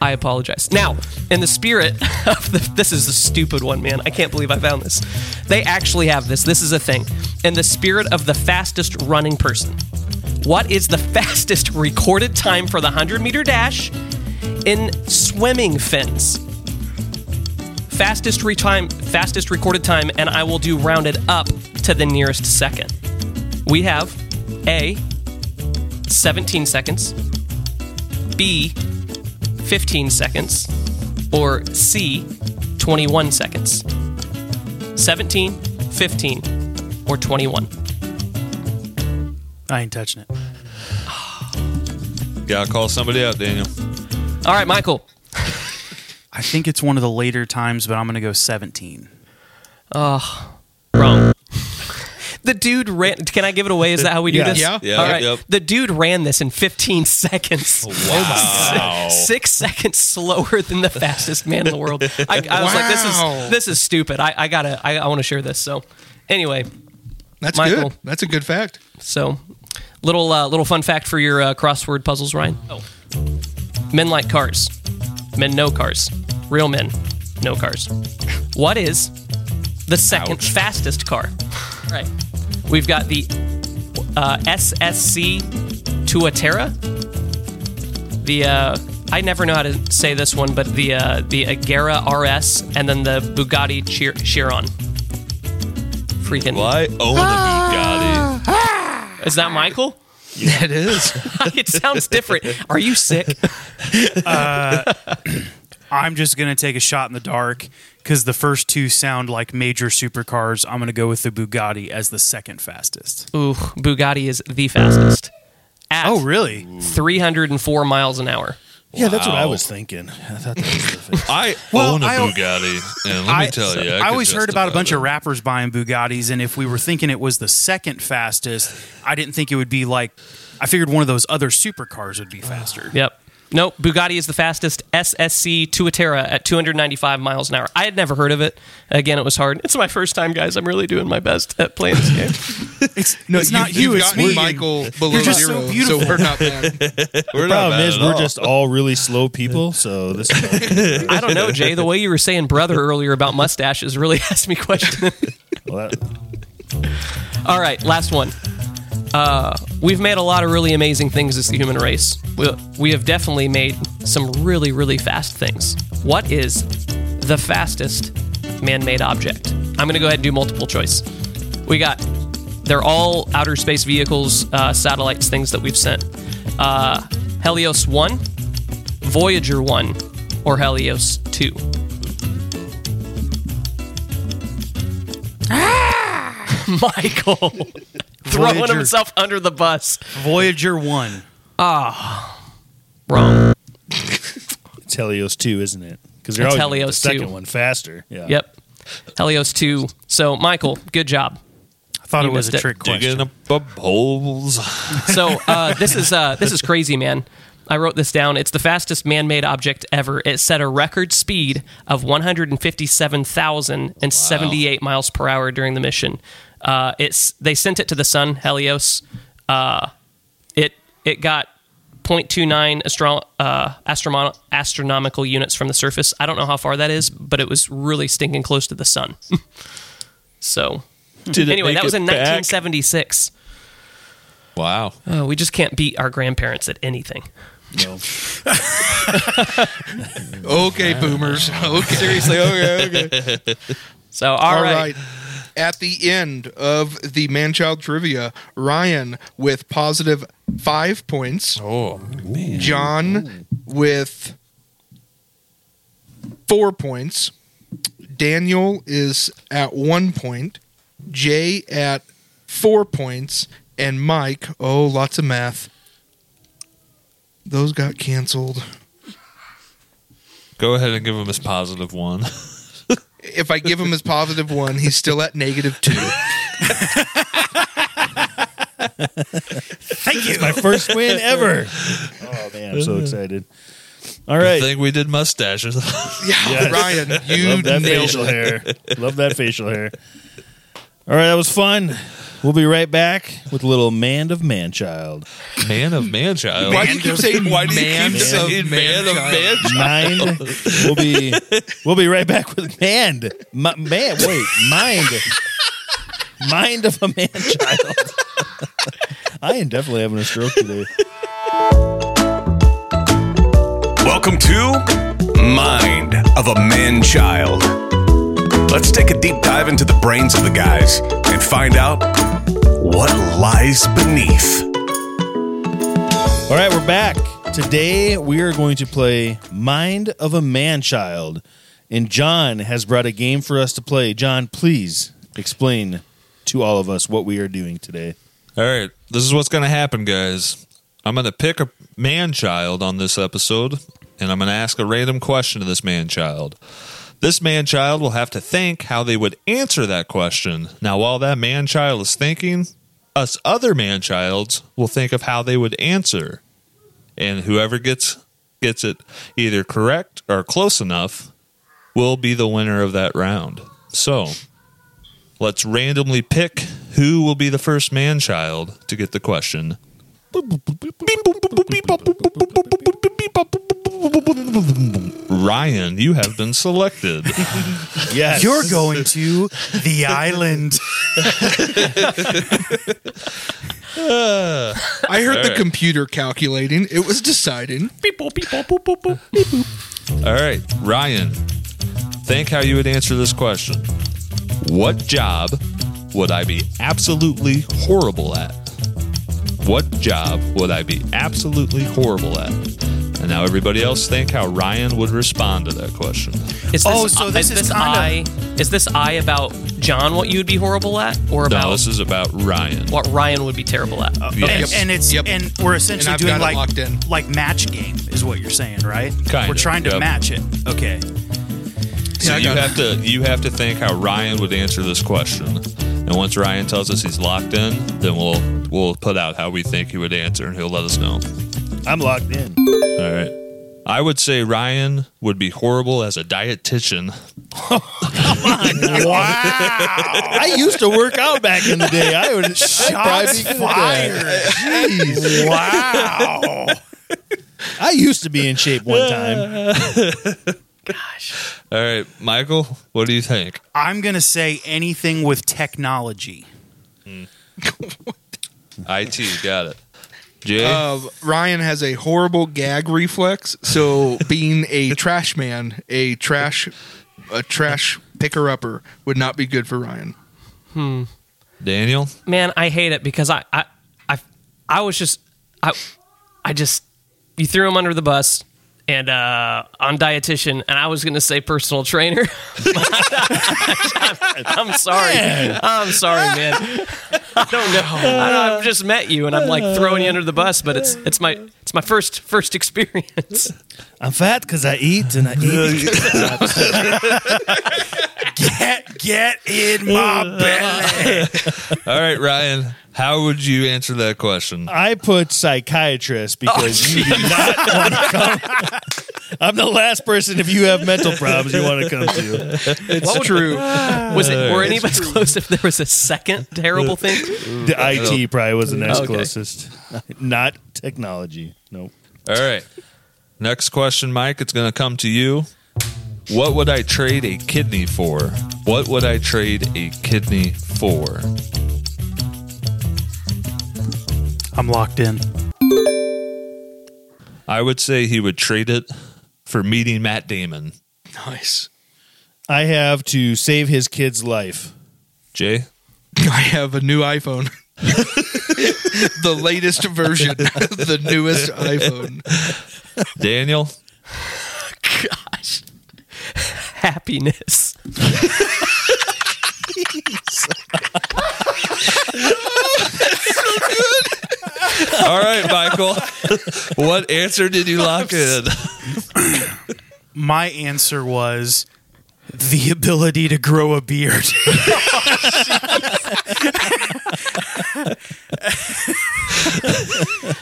I apologize. Now, in the spirit <laughs> of the, this is a stupid one, man. I can't believe I found this. They actually have this. This is a thing. In the spirit of the fastest running person, what is the <laughs> fastest recorded time for the 100 meter dash in swimming fins? Fastest re- time, fastest recorded time, and I will do rounded up to the nearest second. We have A, 17 seconds. B, 15 seconds, or C, 21 seconds? 17, 15, or 21?
<laughs> I ain't touching it.
Gotta call somebody out, Daniel.
All right, Michael.
I think it's one of the later times, but I'm going to go 17.
Wrong. The dude ran. Can I give it away? Is that how we do
Yeah.
this?
Yeah.
Yeah,
All right.
yep. Oh,
The dude ran this in 15 <laughs> seconds.
Wow.
<laughs> Six seconds slower than the fastest man in the world. I, I was like, this
Wow.
is this is stupid. I, I gotta. I, I want to share this. So, anyway,
That's
Michael.
good. That's a good fact.
So, little uh, little fun fact for your uh, crossword puzzles, Ryan. Oh. Men like cars. Men know cars. Real men know cars. What is the second fastest car? Right. We've got the uh, SSC Tuatera. The uh, I never know how to say this one, but the uh, the Agera RS, and then the Bugatti Chir- Chiron. Freaking!
Well, I own a Bugatti.
Is that Michael?
That is.
<laughs> it sounds different. Are you sick?
I'm just going to take a shot in the dark because the first two sound like major supercars. I'm going to go with the Bugatti as the second fastest.
Ooh, Bugatti is the fastest. At
Oh, really?
304 miles an hour.
Yeah, that's what I
Wow.
was thinking. I thought that was the thing.
I
Well,
own a
I-
Bugatti. And let me tell you, I,
I
could
always heard
justify
about a bunch
that.
of rappers buying Bugattis, and if we were thinking it was the second fastest, I didn't think it would be like. I figured one of those other supercars would be faster.
Yep. Nope, Bugatti is the fastest SSC Tuatera at 295 miles an hour. I had never heard of it. Again, it was hard. It's my first time, guys. I'm really doing my best at playing this game.
No,
it's not you, it's me.
Michael below
just so
zero, so,
beautiful.
we're not <laughs> bad.
We're not
Problem
bad
is,
at
we're
all.
just all
<laughs>
really slow people, so this.
I don't know, Jay. The way you were saying brother earlier about mustaches really <laughs> asked me questions.
well, that-
All right, last one. Uh, we've made a lot of really amazing things as the human race. We, we have definitely made some really, really fast things. What is the fastest man made object? I'm going to go ahead and do multiple choice. We got, they're all outer space vehicles, uh, satellites, things that we've sent. Uh, Helios 1, Voyager 1, or Helios 2. <laughs> Michael throwing
Voyager.
himself under the bus.
Voyager One.
Wrong.
it's Helios two, isn't it? Because they're
It's
always
Helios
the second
2.
one faster. Yeah.
Yep. Helios 2. So, Michael, good job.
I thought
You
it was
missed
a
it.
trick question.
digging up the holes.
<laughs> So, uh, this is uh, this is crazy, man. I wrote this down. It's the fastest man-made object ever. It set a record speed of 157,078 miles per hour during the mission. Uh, it's they sent it to the sun, Helios. Uh, it it got 0.29 astro- uh, astronom- astronomical units from the surface. I don't know how far that is, but it was really stinking close to the sun. <laughs> so,
Did it
anyway,
make
that was
it
in
back?
1976.
Wow.
Oh, we just can't beat our grandparents at anything.
Okay, boomers. Okay. Seriously, okay, okay.
So,
All
all
right.
right.
At the end of the man child trivia, Ryan with positive five points. Oh, John with four points. Daniel is at one point. Jay at four points. And Mike, oh, lots of math. Those got canceled.
Go ahead and give him his positive one.
If I give him his positive one, he's still at negative two.
Thank you. My
<laughs>
first win ever. oh
<laughs>
man, I'm so excited. All
I
right.
think we did mustaches.
<laughs>
<laughs>
Yeah,
Yes.
Ryan, you
Love that
nailed
facial
it.
hair. Love that facial hair. All right, that was fun. We'll be right back with a little man of man child.
man of man child.
Why do you keep saying
Why do you
man
keep saying
of
man of
man-child?
man child?
Mind. We'll be we'll be right back with man. Ma- man, wait, mind. Mind of a man child. I am definitely having a stroke today.
Welcome to Mind of a Man Child. Let's take a deep dive into the brains of the guys and find out what lies beneath.
All right, we're back. Today we are going to play Mind of a Man Child. And John has brought a game for us to play. John, please explain to all of us what we are doing today.
All right, this is what's going to happen, guys. I'm going to pick a man child on this episode, and I'm going to ask a random question to this man child. This man child will have to think how they would answer that question. Now, while that man child is thinking, us other man childs will think of how they would answer, and whoever gets gets it either correct or close enough will be the winner of that round. So, Let's randomly pick who will be the first man child to get the question. Ryan, you have been selected.
Yes.
You're going to <laughs> the island.
I heard the
Alright.
computer calculating. It was deciding.
All right, Ryan, think how you would answer this question. What job would I be absolutely horrible at? What job would I be absolutely horrible at? And now everybody else think how Ryan would respond to that question.
Is this,
Oh, so
is
this
this
is kinda-
I is this I about John what you would be horrible at or about
No, this is about Ryan.
what Ryan would be terrible at?
And,
Yep.
and it's
Yep.
and we're essentially
I've
doing
got it
like
locked in.
like match game is what you're saying, right?
Kinda,
we're trying to
yep.
match it. Okay.
So
I
you
got it.
have to you have to think how Ryan would answer this question. And once Ryan tells us he's locked in, then we'll we'll put out how we think he would answer and he'll let us know.
I'm locked in.
All right. I would say Ryan would be horrible as a dietitian.
<laughs> I used to work out back in the day. I would shots fired. Jeez, wow. I used to be in shape one time.
All right, Michael, what do you think?
I'm going to say anything with technology.
IT, got it. Jay,
Uh, Ryan has a horrible gag reflex,
<laughs>
so being a trash man, a trash, a trash picker upper would not be good for Ryan.
Daniel,
man, I hate it because I, I, I, I was just, I, I just, you threw him under the bus and uh, on dietitian, and I was gonna say personal trainer. <laughs> I'm, I'm sorry, I'm sorry, man. I don't know. I don't, I've just met you, and I'm like throwing you under the bus, but it's it's my it's my first first experience.
I'm fat because I
<laughs>
eat and I eat.
Get, get in my belly.
All right, Ryan, how would you answer that question?
I put psychiatrist because you do not want to come. I'm the last person if you have mental problems you want to come to.
It's true.
Was it? Were any of us close if there was a second terrible thing?
The IT probably was the next
Okay.
closest. Not technology. Nope.
All right. Next question, Mike. It's going to come to you. What would I trade a kidney for? What would I trade a kidney for?
I'm locked in.
I would say he would trade it for meeting Matt Damon.
Nice.
I have to save his kid's life.
Jay?
<laughs> I have a new iPhone. <laughs> the latest version, <laughs> the newest iPhone.
Daniel?
Gosh, happiness.
All right, Michael. <laughs> what answer did you lock in?
My answer was the ability to grow a beard. <laughs>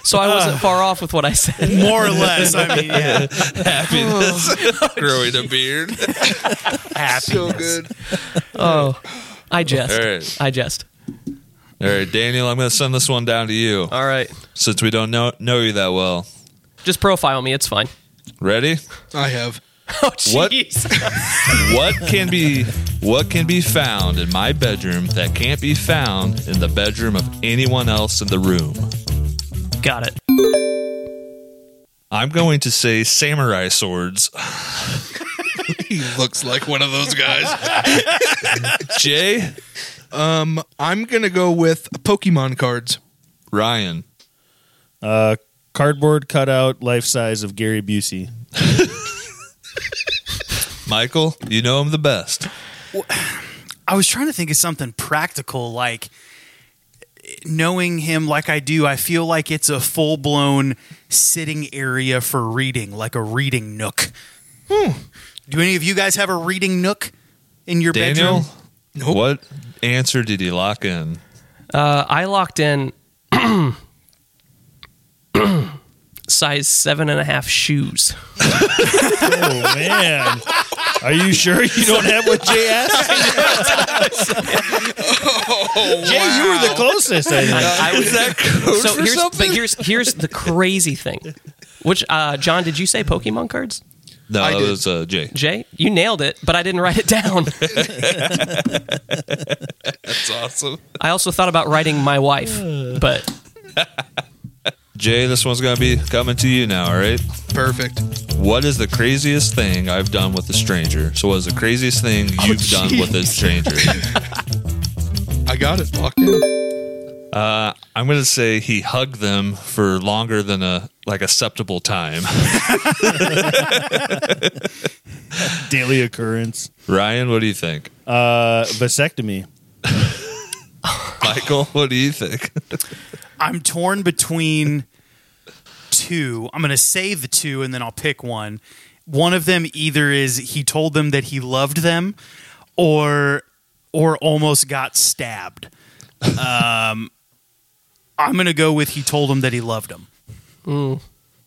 So I wasn't far off with what I said.
More or less. I mean, yeah.
Happiness. Growing a beard.
So good.
Oh, I jest.
All right.
I jest.
All right, Daniel, I'm going to send this one down to you
All right.
since we don't know, know you that well.
Just profile me. It's fine.
Ready?
I have.
<laughs> Oh,
What?
jeez.
What can be what can be found in my bedroom that can't be found in the bedroom of anyone else in the room?
Got it.
I'm going to say samurai swords. <laughs>
He looks like one of those
<laughs>
guys.
Jay,
Um, I'm gonna go with Pokemon cards.
Ryan,
Uh, cardboard cutout life size of Gary Busey.
Michael, you know him the best.
I was trying to think of something practical, like knowing him like I do, I feel like it's a full blown sitting area for reading, like a reading nook. Do any of you guys have a reading nook in your
Daniel,
bedroom?
what answer did you lock in?
Uh, I locked in <clears throat> size seven and a half shoes.
Oh man, are you sure you don't have <laughs> what Jay asked?
Oh,
Jay, you were the closest. I think.
I was Uh, that <laughs> so here's, But here's here's the crazy thing. Which uh, John, did you say Pokemon cards?
No,
I
that
did.
was uh, Jay.
Jay, you nailed it, but I didn't write it down.
That's awesome.
I also thought about writing my wife, but
Jay, this one's going to be coming to you now, all right?
Perfect.
What is the craziest thing I've done with a stranger? So, what is the craziest thing
Oh,
you've done with a stranger?
I got it locked in.
I'm gonna say he hugged them for longer than a like acceptable time.
<laughs>
<laughs>
Daily occurrence.
Ryan, what do you think?
Uh, vasectomy.
Michael, <laughs> what do you think?
I'm torn between two. I'm going to say the two and then I'll pick one. One of them either is he told them that he loved them or or almost got stabbed. Um I'm going to go with he told them that he loved them.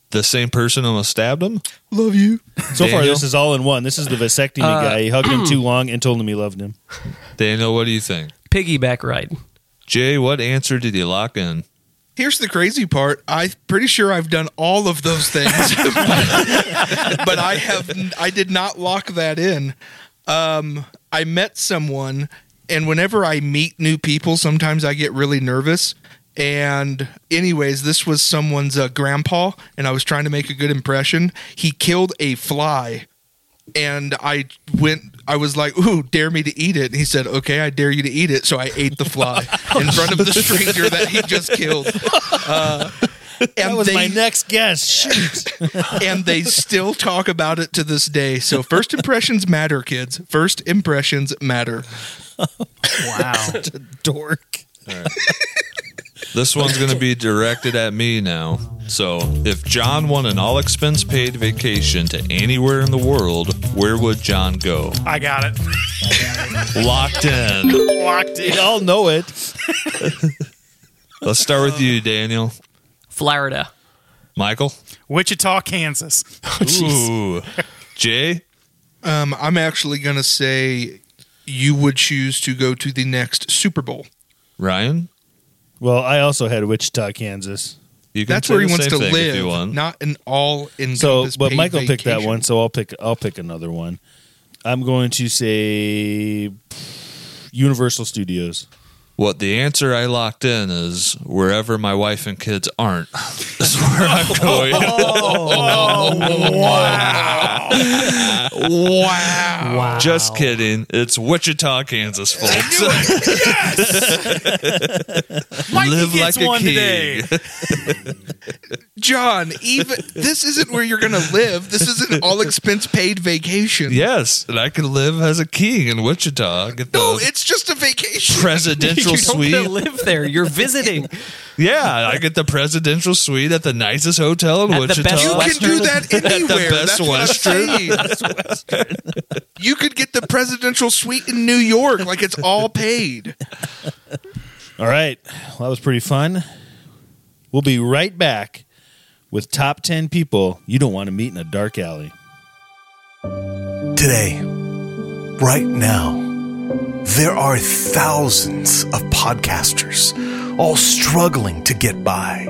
the same person almost stabbed him.
Love you.
So far,
Daniel?
this is all in one. This is the vasectomy guy. He hugged <clears throat> him too long and told him he loved him.
Daniel, what do you think?
Piggyback ride.
Jay, what answer did you lock in?
Here's the crazy part. I'm pretty sure I've done all of those things, <laughs>
<laughs>
but I have. I did not lock that in. Um, I met someone, and whenever I meet new people, sometimes I get really nervous. And anyways, this was someone's uh, grandpa, and I was trying to make a good impression. He killed a fly, and I went. I was like, "Ooh, dare me to eat it!" And he said, "Okay, I dare you to eat it." So I ate the fly in front of the stranger that he just killed. Uh, and
That was
they-
my next guess. Shoot.
and they still talk about it to this day. So first impressions matter, kids. First impressions matter.
Wow.
Dork.
This one's going to be directed at me now. So, if John won an all expense paid vacation to anywhere in the world, where would John go?
I got it.
Locked in.
Locked in.
They all know it.
Let's start with you, Daniel.
Florida.
Michael?
Wichita, Kansas.
Ooh. Jay?
Um, I'm actually going to say you would choose to go to the next Super Bowl.
Ryan?
Well, I also had Wichita, Kansas.
You can
That's
say
where he
the
wants
same
to
thing If you
live,
want.
not an all in.
So, but Michael picked that one, so I'll pick. I'll pick another one. I'm going to say Universal Studios.
What the answer I locked in is wherever my wife and kids aren't <laughs> is where I'm
<laughs>
going.
Wow.
Just kidding. It's Wichita, Kansas, folks. <laughs> Live like a king.
John, even this isn't where you're going to live. This is an all expense paid vacation.
<laughs> Yes, and I could live as a king in Wichita. Get the
No, it's just a vacation.
presidential
<laughs> you don't go
suite.
live there. You're visiting
Yeah, I get the presidential suite at the nicest hotel in
At the
Wichita.
best
You can do that anywhere.
Best
That's what I'm
Western.
saying. You could get the presidential suite in New York, like it's all paid.
All right. Well, that was pretty fun. We'll be right back with top 10 people you don't want to meet in a dark alley.
Today, right now, there are thousands of podcasters all struggling to get by.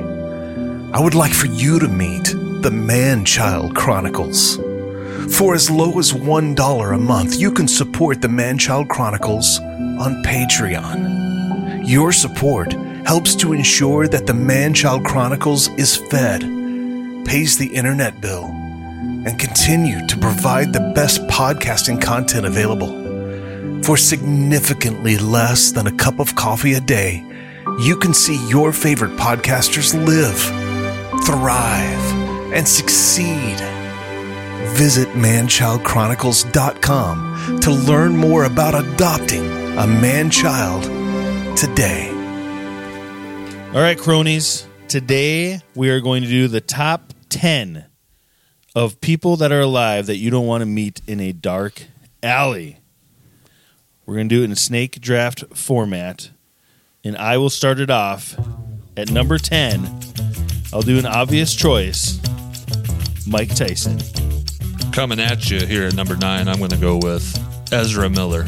I would like for you to meet the Man Child Chronicles. For as low as $1 a month, you can support the Man Child Chronicles on Patreon. Your support helps to ensure that the Man Child Chronicles is fed, pays the internet bill, and continue to provide the best podcasting content available. For significantly less than a cup of coffee a day, you can see your favorite podcasters live, thrive, and succeed. Visit manchildchronicles.com to learn more about adopting a man child today.
All right, cronies. Today we are going to do the top 10 of people that are alive that you don't want to meet in a dark alley. We're going to do it in snake draft format. And I will start it off at number 10. I'll do an obvious choice Mike Tyson.
Coming at you here at number nine, I'm going to go with Ezra Miller.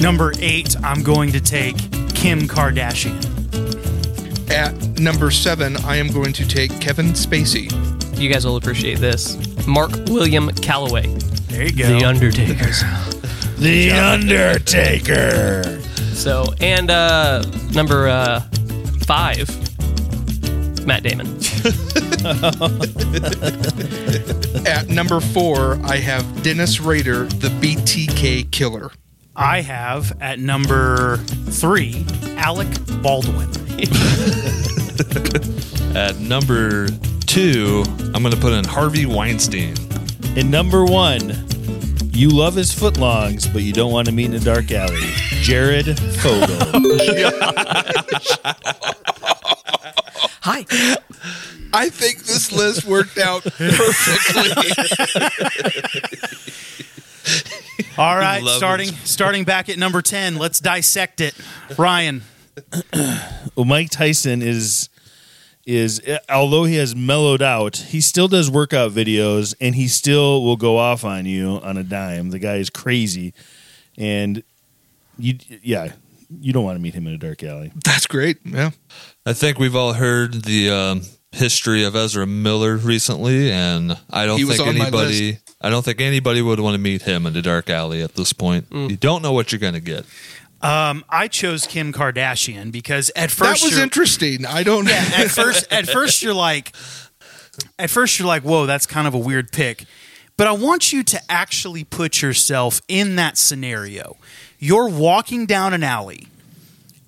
Number eight, I'm going to take Kim Kardashian.
At number seven, I am going to take Kevin Spacey.
You guys will appreciate this. Mark William Calloway,
There you go.
The uh, Undertaker.
Oh. <laughs> The Undertaker.
So, and uh, number uh, five, Matt Damon.
At number four, I have Dennis Rader, the BTK killer.
I have at number three,
Alec Baldwin.
At number two, I'm going to put in Harvey Weinstein.
And number one, you love his footlongs, but you don't want to meet in a dark alley. Jared Fogle.
Hi.
I think this list worked out perfectly.
All right,
love
starting starting back at number ten. Let's dissect it. Ryan,
well, Mike Tyson is is uh, although he has mellowed out, he still does workout videos and he still will go off on you on a dime. The guy is crazy, and you yeah, you don't want to meet him in a dark alley.
That's great. Yeah.
I think we've all heard the um, history of Ezra Miller recently, and I don't
He was
think
on my
anybody. I don't think anybody would want to meet him in a dark alley at this point.
Mm.
You don't know what you're going to get.
Um, I chose Kim Kardashian because at first
That was
you're-
interesting. I don't know.
at first at first you're like at first you're like whoa that's kind of a weird pick but i want you to actually put yourself in that scenario you're walking down an alley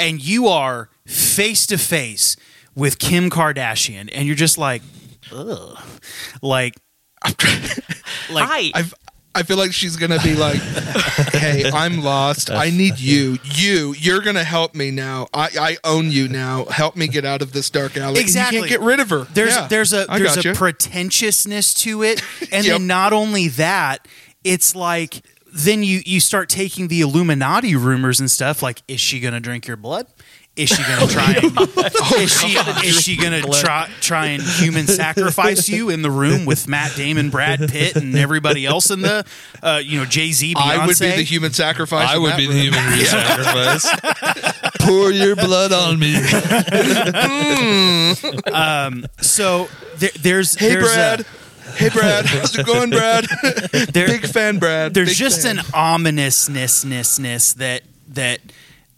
and you are face to face with kim kardashian and you're just like ugh like like
Hi.
I've, I feel like she's gonna
<laughs>
be like, "Hey, I'm lost. I need you. You, you're gonna help me now. I, I own you now. Help me get out of this dark alley. And
Exactly.
You can't get rid of her.
There's
Yeah,
there's a
I
there's
gotcha.
a pretentiousness to
<laughs>
it, and
Yep.
then not only that, it's like then you you start taking the Illuminati rumors and stuff. Like, is she gonna drink your blood? Is she
<laughs> Oh,
gonna try? And, is she is she gonna try try and human sacrifice you in the room with Matt Damon, Brad Pitt, and everybody else in the uh, you know Jay Z?
I would be the human sacrifice.
I
in
would
that
be the
room.
human
<laughs>
sacrifice. Pour your blood on me.
So there, there's
Hey,
there's a-
Brad. hey, Brad. How's it
<laughs>
going, Brad?
there-
Big fan, Brad.
there's
Big
just
fan.
an ominousnessness that that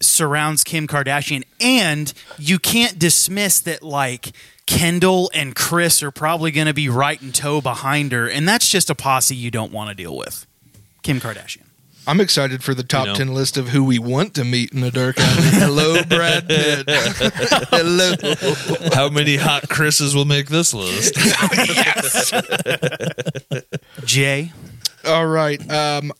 surrounds Kim Kardashian, and you can't dismiss that like Kendall and Chris are probably going to be right in tow behind her, and that's just a posse you don't want to deal with. Kim Kardashian.
I'm excited for the top
You know.
ten list of who we want to meet in the dark alley. Hello,
<laughs>
Brad Pitt. Hello.
How many hot Chris's will make this list?
Jay,
All right. Um,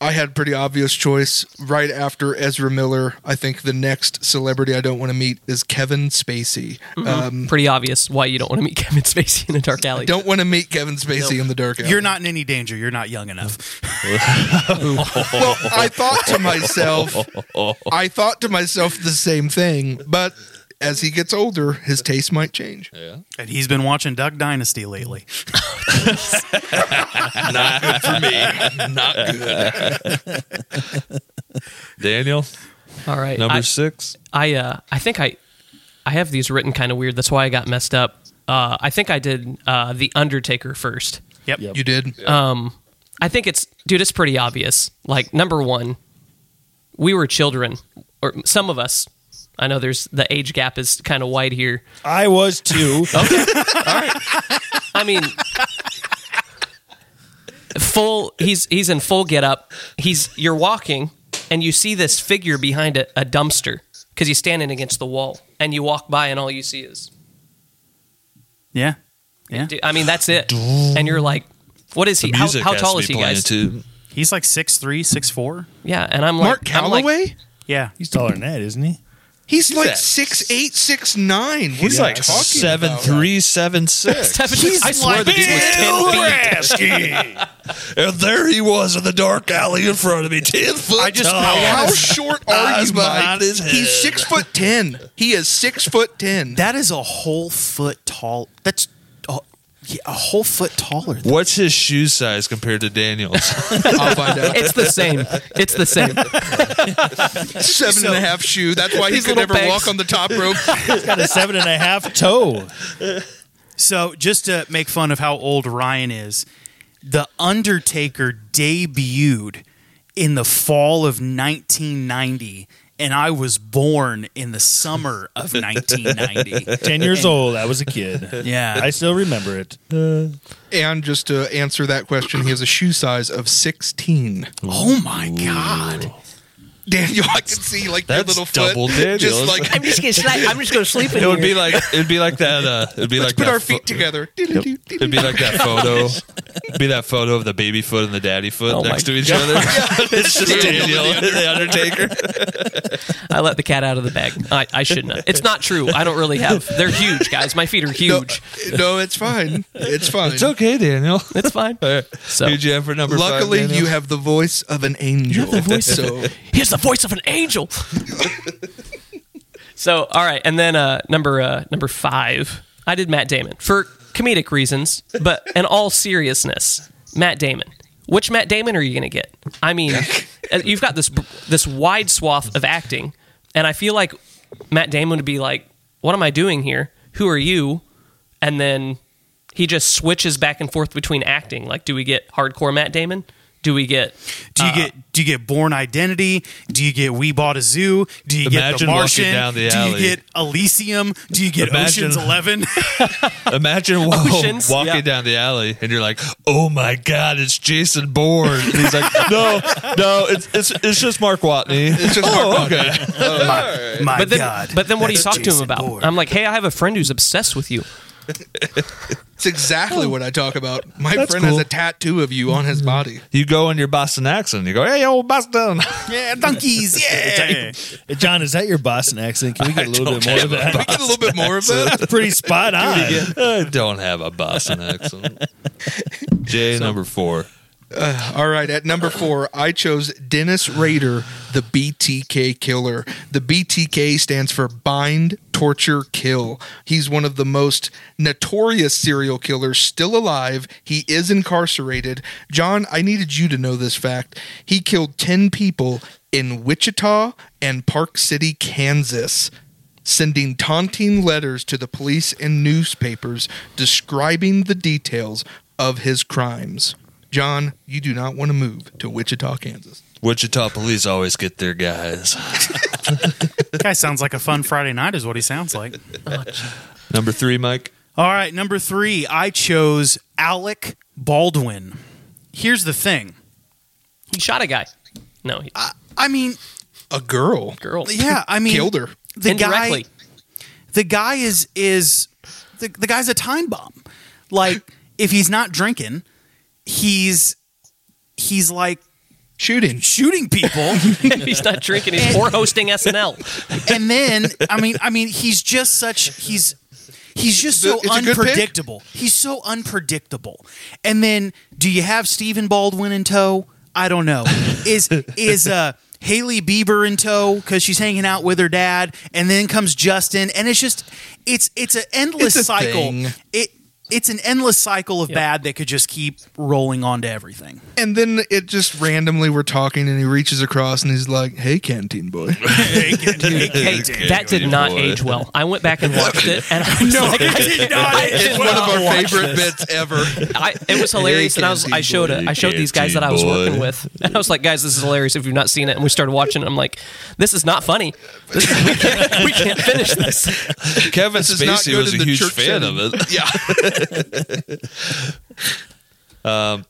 I had pretty obvious choice right after Ezra Miller. I think the next celebrity I don't want to meet is Kevin Spacey. Um,
Pretty obvious why you don't want to meet <laughs> Kevin Spacey in a dark alley.
don't want to meet Kevin Spacey in the dark alley.
you're not in any danger. You're not young enough.
Well, I thought to myself, I thought to myself the same thing, but as he gets older, his taste might change.
And he's been watching Duck Dynasty lately.
Not <laughs> good. Daniel,
All right.
number
I,
six.
I uh, I think I I have these written kind of weird. That's why I got messed up. Uh, I think I did uh, the Undertaker first.
Yep.
You did?
Uh,
I think it's dude. It's pretty obvious. Like number one, we were children, or some of us. I know there's the age gap is kind of wide here.
I was too.
I mean, <laughs> full. He's he's in full get up. He's you're walking, and you see this figure behind a, a dumpster because he's standing against the wall, and you walk by, and all you see is.
Yeah. Yeah.
Dude, I mean, that's it. And you're like, what is he? How,
Music
how
has
tall
to
is
be
he,
playing
guys?
Too.
He's like six three, six four.
Yeah, and I'm like,
Mark
I'm like-
Calloway?
Yeah.
He's taller than that, isn't he?
he's like
at-
six eight, six nine. What
He's
are you
like
talking
seven
about?
three seven six.
Stephen- I swear the dude was ten feet.
And there he was in the dark alley in front of me, ten foot I just, tall.
How short are
<laughs> Eyes
you, Mike?
behind his
He's
head.
six foot ten. He is six
<laughs>
foot ten.
That is a whole foot tall. That's a, yeah, a whole foot taller. Than
What's his shoe size compared to
<laughs>
Daniel's?
<laughs>
I'll find out.
It's the same. It's the same.
Seven and a half shoe. That's why he
These
could never
little pegs.
walk on the top
<laughs>
rope.
He's got a seven and a half toe.
So, just to make fun of how old Ryan is, The Undertaker debuted in the fall of 1990, and I was born in the summer
<laughs>
of 1990.
Ten years old. I was a kid.
Yeah.
I still remember it.
and just to answer that question, he has a shoe size of sixteen.
oh my God.
Daniel, I can see like your
That's
little foot,
double Daniel's. <laughs>
just like
I'm just gonna sleep. I'm just gonna sleep in
it would be
here.
like it'd be like that. Uh, it'd be like
put
that
our
fo-
feet together.
It'd be
<laughs>
like that
Oh
photo. It'd be that photo of the baby foot and the daddy foot
Oh my
next to each
<laughs>
other. <laughs> it's just Daniel and <laughs> the Undertaker.
I let the cat out of the bag. I, I shouldn't. have. It's not true. I don't really have. They're huge, guys. My feet are huge.
no, it's fine. It's fine.
It's okay, Daniel.
It's fine. So
Who'd you have for number five,
Luckily,
Daniel?
you have the voice of an angel. so
here's the voice of an angel. <laughs> so all right, and then uh, number uh, number five. I did Matt Damon for comedic reasons, but in all seriousness, Matt Damon. Which Matt Damon are you going to get? I mean, uh, you've got this this wide swath of acting, and I feel like Matt Damon would be like, "What am I doing here? Who are you?" And then he just switches back and forth between acting. Like, do we get hardcore Matt Damon? Do we get
Do you
Uh,
get do you get Born Identity? Do you get We Bought a Zoo? Do you get The
Imagine walking
Martian?
down the
do you
alley.
get Elysium? Do you get
Imagine-
Ocean's
<laughs>
Eleven?
Imagine wa-
Oceans,
walking
yeah.
down the alley and you're like, "Oh my God, it's Jason
<laughs>
Bourne." And he's like, "No, no, it's it's it's just Mark Watney."
It's just
oh, okay.
My
but then,
God!
<laughs>
but then what do you talk
that's
to him
Jason
about?
Bourne.
I'm like, hey, I have a friend who's obsessed with you.
It's exactly what I talk about. My
Oh. That's
friend
cool.
has a tattoo of you on his
<laughs>
body.
You go in your Boston accent. You go, "Hey, old Boston."
yeah, donkeys, yeah.
Hey, John, is that your Boston accent? Can we get a little bit more of that? <laughs>
Get a little bit more of that.
Pretty spot
<laughs>
on.
I don't have a
<laughs>
Boston accent. J number four.
All right, at number four, I chose Dennis Rader, the BTK killer. The BTK stands for Bind, Torture, Kill. He's one of the most notorious serial killers still alive. He is incarcerated. John, I needed you to know this fact. He killed 10 people in Wichita and Park City, Kansas. sending taunting letters to the police and newspapers describing the details of his crimes. John, you do not want to move to Wichita, Kansas.
Wichita police always get their guys.
That <laughs> guy sounds like a fun Friday night, is what he sounds like.
Number three, Mike.
All right, number three, I chose Alec Baldwin. Here's the thing.
He shot a guy. No, he,
I mean,
A girl.
girl.
<laughs>
yeah, I mean,
Killed her.
The
indirectly.
guy, the guy is is the, the guy's a time bomb.
<laughs>
Like, if he's not drinking, he's he's like
Shooting.
shooting
<laughs>
people,
<laughs> he's not drinking.
<laughs>
He's or hosting SNL.
and then I mean, I mean, he's just such he's he's just so
It's a good pick.
unpredictable. He's so unpredictable. And then, do you have Stephen Baldwin in tow? I don't know. Is is uh Haley Bieber in tow because she's hanging out with her dad, and then comes Justin, and it's just it's it's an endless
It's a
cycle.
thing.
It it's an endless cycle of bad that could just keep rolling onto everything.
And then it just randomly we're talking and he reaches across and he's like, Hey
<laughs>
canteen boy.
Hey, that did not
boy.
age well. I went back and watched it, and I
<laughs>
was like, I did not
it's one of our favorite bits
<laughs>
ever.
<laughs> I, it was hilarious, and I was I showed a, I showed these guys that I was working with, and I was like, guys, this is hilarious. If you've not seen it, and we started watching, it, I'm like, this is not funny. This, we, can't, we can't finish this.
Kevin <laughs>
This is not
Spacey
good
was
in
a
the
huge
church
fan
setting.
of it.
Yeah. <laughs>
<laughs> Um,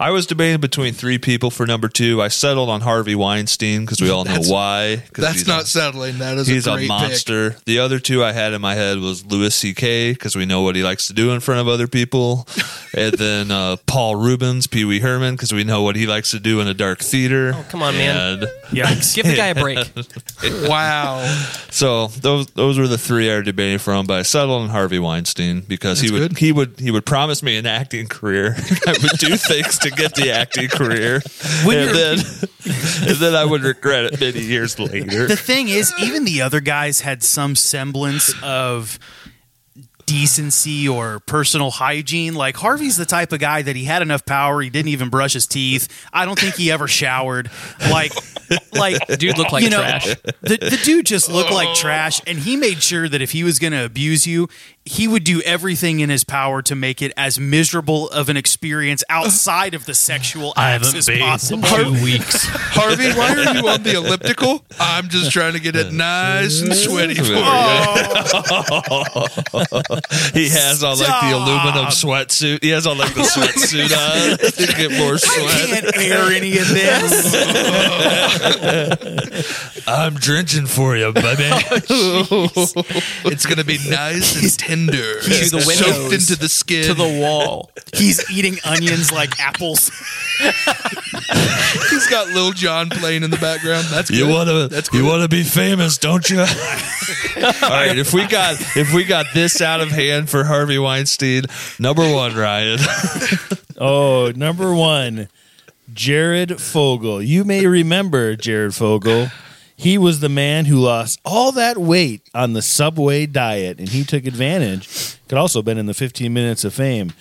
I was debating between three people for number two. I settled on Harvey Weinstein because we all know why. 'cause
That's
he's
not
a-
settling. That is
He's
a
a,
great Pick.
monster. The other two I had in my head was Louis C.K. because we know what he likes to do in front of other
<laughs>
people, and then uh, Paul Rubens, Pee Wee Herman, because we know what he likes to do in a dark theater.
Oh, Come on, man,
And
Yikes!
give the guy a
<laughs>
break.
Wow.
so those those were the three I were debating from, but I settled on Harvey Weinstein because he
That's
would
good.
he would he would promise me an acting career. <laughs> I would do things to get the acting career, and then and then I would regret it many years <laughs> later.
The thing is, even the other guys had some semblance of decency or personal hygiene. Like Harvey's the type of guy that he had enough power, he didn't even brush his teeth. I don't think he ever showered. Like, like
Dude looked like
you know,
trash.
The, the dude just looked like trash, and he made sure that if he was going to abuse you, he would do everything in his power to make it as miserable of an experience outside of the sexual acts as possible.
<laughs>
weeks.
Harvey, why are you on the elliptical? I'm just trying to
<laughs>
get it nice and sweaty for you.
He has on like
Oh,
the aluminum sweatsuit. He has on like the sweatsuit on to get more sweat.
Can't air any of this.
I'm drenching for you, <laughs> buddy.
It's gonna be nice and tender.
He's the
soaked
windows
into the skin.
to the wall.
He's eating onions like apples.
He's got Lil John playing in the background. That's good.
You
<laughs>
want to you want to be famous, don't you? All right, if we got if we got this out of hand for Harvey Weinstein, number 1 Ryan.
Oh, number one, Jared Fogle. You may remember Jared Fogle. He was the man who lost all that weight on the Subway diet, and he took advantage Could also have been in the 15 minutes of fame.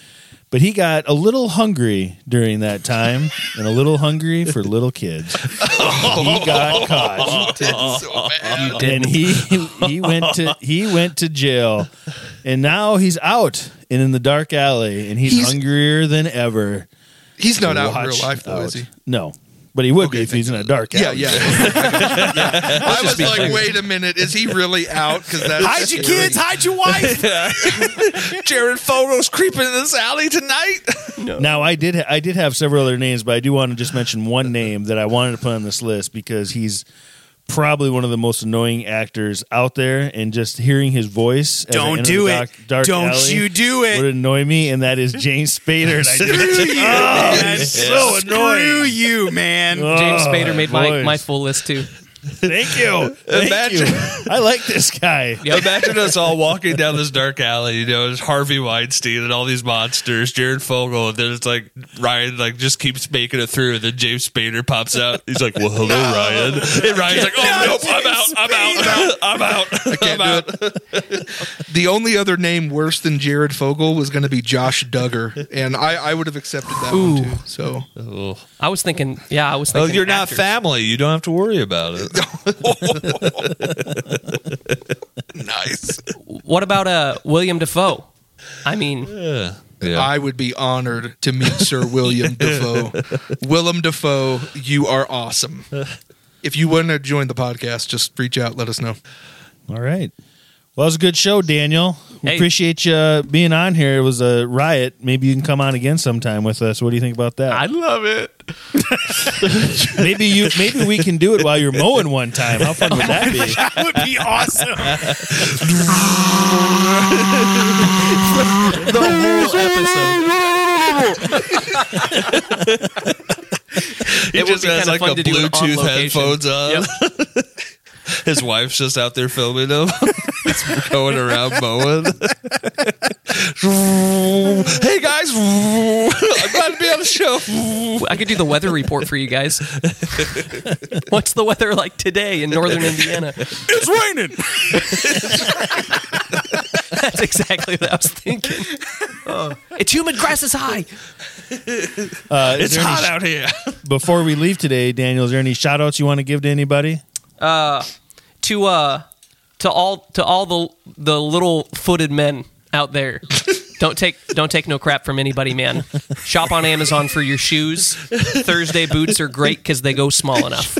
But he got a little hungry during that time and a little hungry for little kids. he got caught. And he he went to he went to jail. And now he's out and in the dark alley and he's,
He's-
hungrier than ever.
He's not out in
Watch
real life, though,
out.
is he?
No. But he would be
Okay,
if he's in a dark alley.
Yeah, yeah. <laughs> I was like, wait a minute, is he really out? Because that's
Hide your kids, hide your wife.
<laughs> Jared Fogo's creeping in this alley tonight.
Now I did I did have several other names, but I do want to just mention one <laughs> name that I wanted to put on this list because he's probably one of the most annoying actors out there, and just hearing his voice. as I
Don't
enter
do
the
it.
doc- dark
Don't
alley
you do it.
Would annoy me, and that is James Spader.
<laughs>
And I
<laughs>
just,
Oh,
Oh, That's
<laughs>
so
Screw
annoying.
you, man.
James
Oh,
Spader made my,
boys.
my full list too. <laughs>
Thank you. Thank
Imagine-
you. I like this guy.
Imagine us all walking down this dark alley, you know, it's Harvey Weinstein and all these monsters, Jared Fogle, and then it's like Ryan like just keeps making it through, and then James Spader pops out. He's like, Well, hello, Ryan. And Ryan's like, Oh nope, I'm out, I'm out, I'm out.
<laughs> I can't do it. the only other name worse than Jared Fogle was going to be Josh Duggar, and I, I would have accepted that one too. So
I was thinking, yeah, I was
Oh,
thinking.
you're not
actors.
family. You don't have to worry about it.
nice.
What about uh, William Defoe? I mean,
Yeah.
I would be honored to meet Sir
<laughs>
William Defoe. Willem Defoe, you are awesome. If you want to join the podcast, just reach out. Let us know.
All right. Well, it was a good show, Daniel. We
Hey.
appreciate you uh, being on here. It was a riot. Maybe you can come on again sometime with us. What do you think about <laughs> that?
I love it. <laughs>
Maybe you. Maybe we can do it while you're mowing one time. How fun would that be?
<laughs> That would be awesome.
The whole episode.
He
It would
just
be
has
kinda
like
fun
a
to do it on
Bluetooth
location.
headphones on. His wife's just out there filming <laughs> him. He's going around mowing. <laughs> hey guys, <laughs> I'm glad to be on the show.
I could do the weather report for you guys. <laughs> What's the weather like today in northern Indiana?
It's raining.
<laughs> That's exactly what I was thinking. Oh. It's humid, grass is high.
Uh, is
It's
there any-
hot out here.
before we leave today, Daniel, is there any shout outs you want to give to anybody?
To uh, to all to all the the little footed men out there. Don't take don't take no crap from anybody, man. Shop on Amazon for your shoes. Thursday boots are great because they go small enough.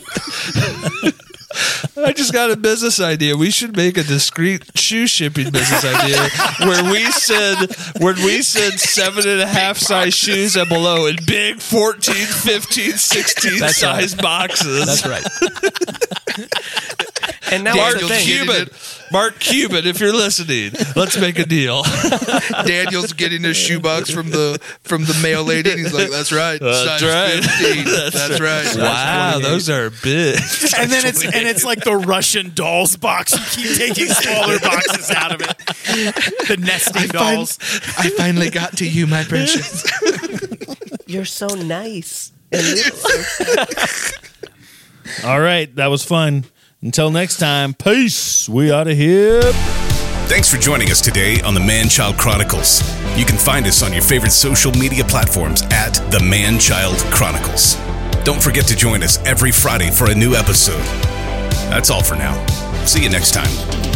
I just got a business idea. We should make a discreet shoe shipping business idea where we send when we send seven and a half size shoes and below in big 14, 15, 16
That's right.
size boxes.
That's right. and now here's
Mark
the
Daniel's
thing.
getting
Cuban. Mark Cuban, if you're listening, let's make a deal.
Daniel's getting his shoebox from the from the mail lady. And he's like, "That's right,
That's
size
right.
15. That's right."
Wow, those are big.
and then it's and it's like the Russian dolls box. You keep taking smaller boxes out of it. The nesting
I, fin-
dolls.
I finally got to you, my precious.
You're so nice.
All right, that was fun. Until next time, peace. We out of here.
Thanks for joining us today on the Man Child Chronicles. You can find us on your favorite social media platforms at the Man Child Chronicles. Don't forget to join us every Friday for a new episode. That's all for now. See you next time.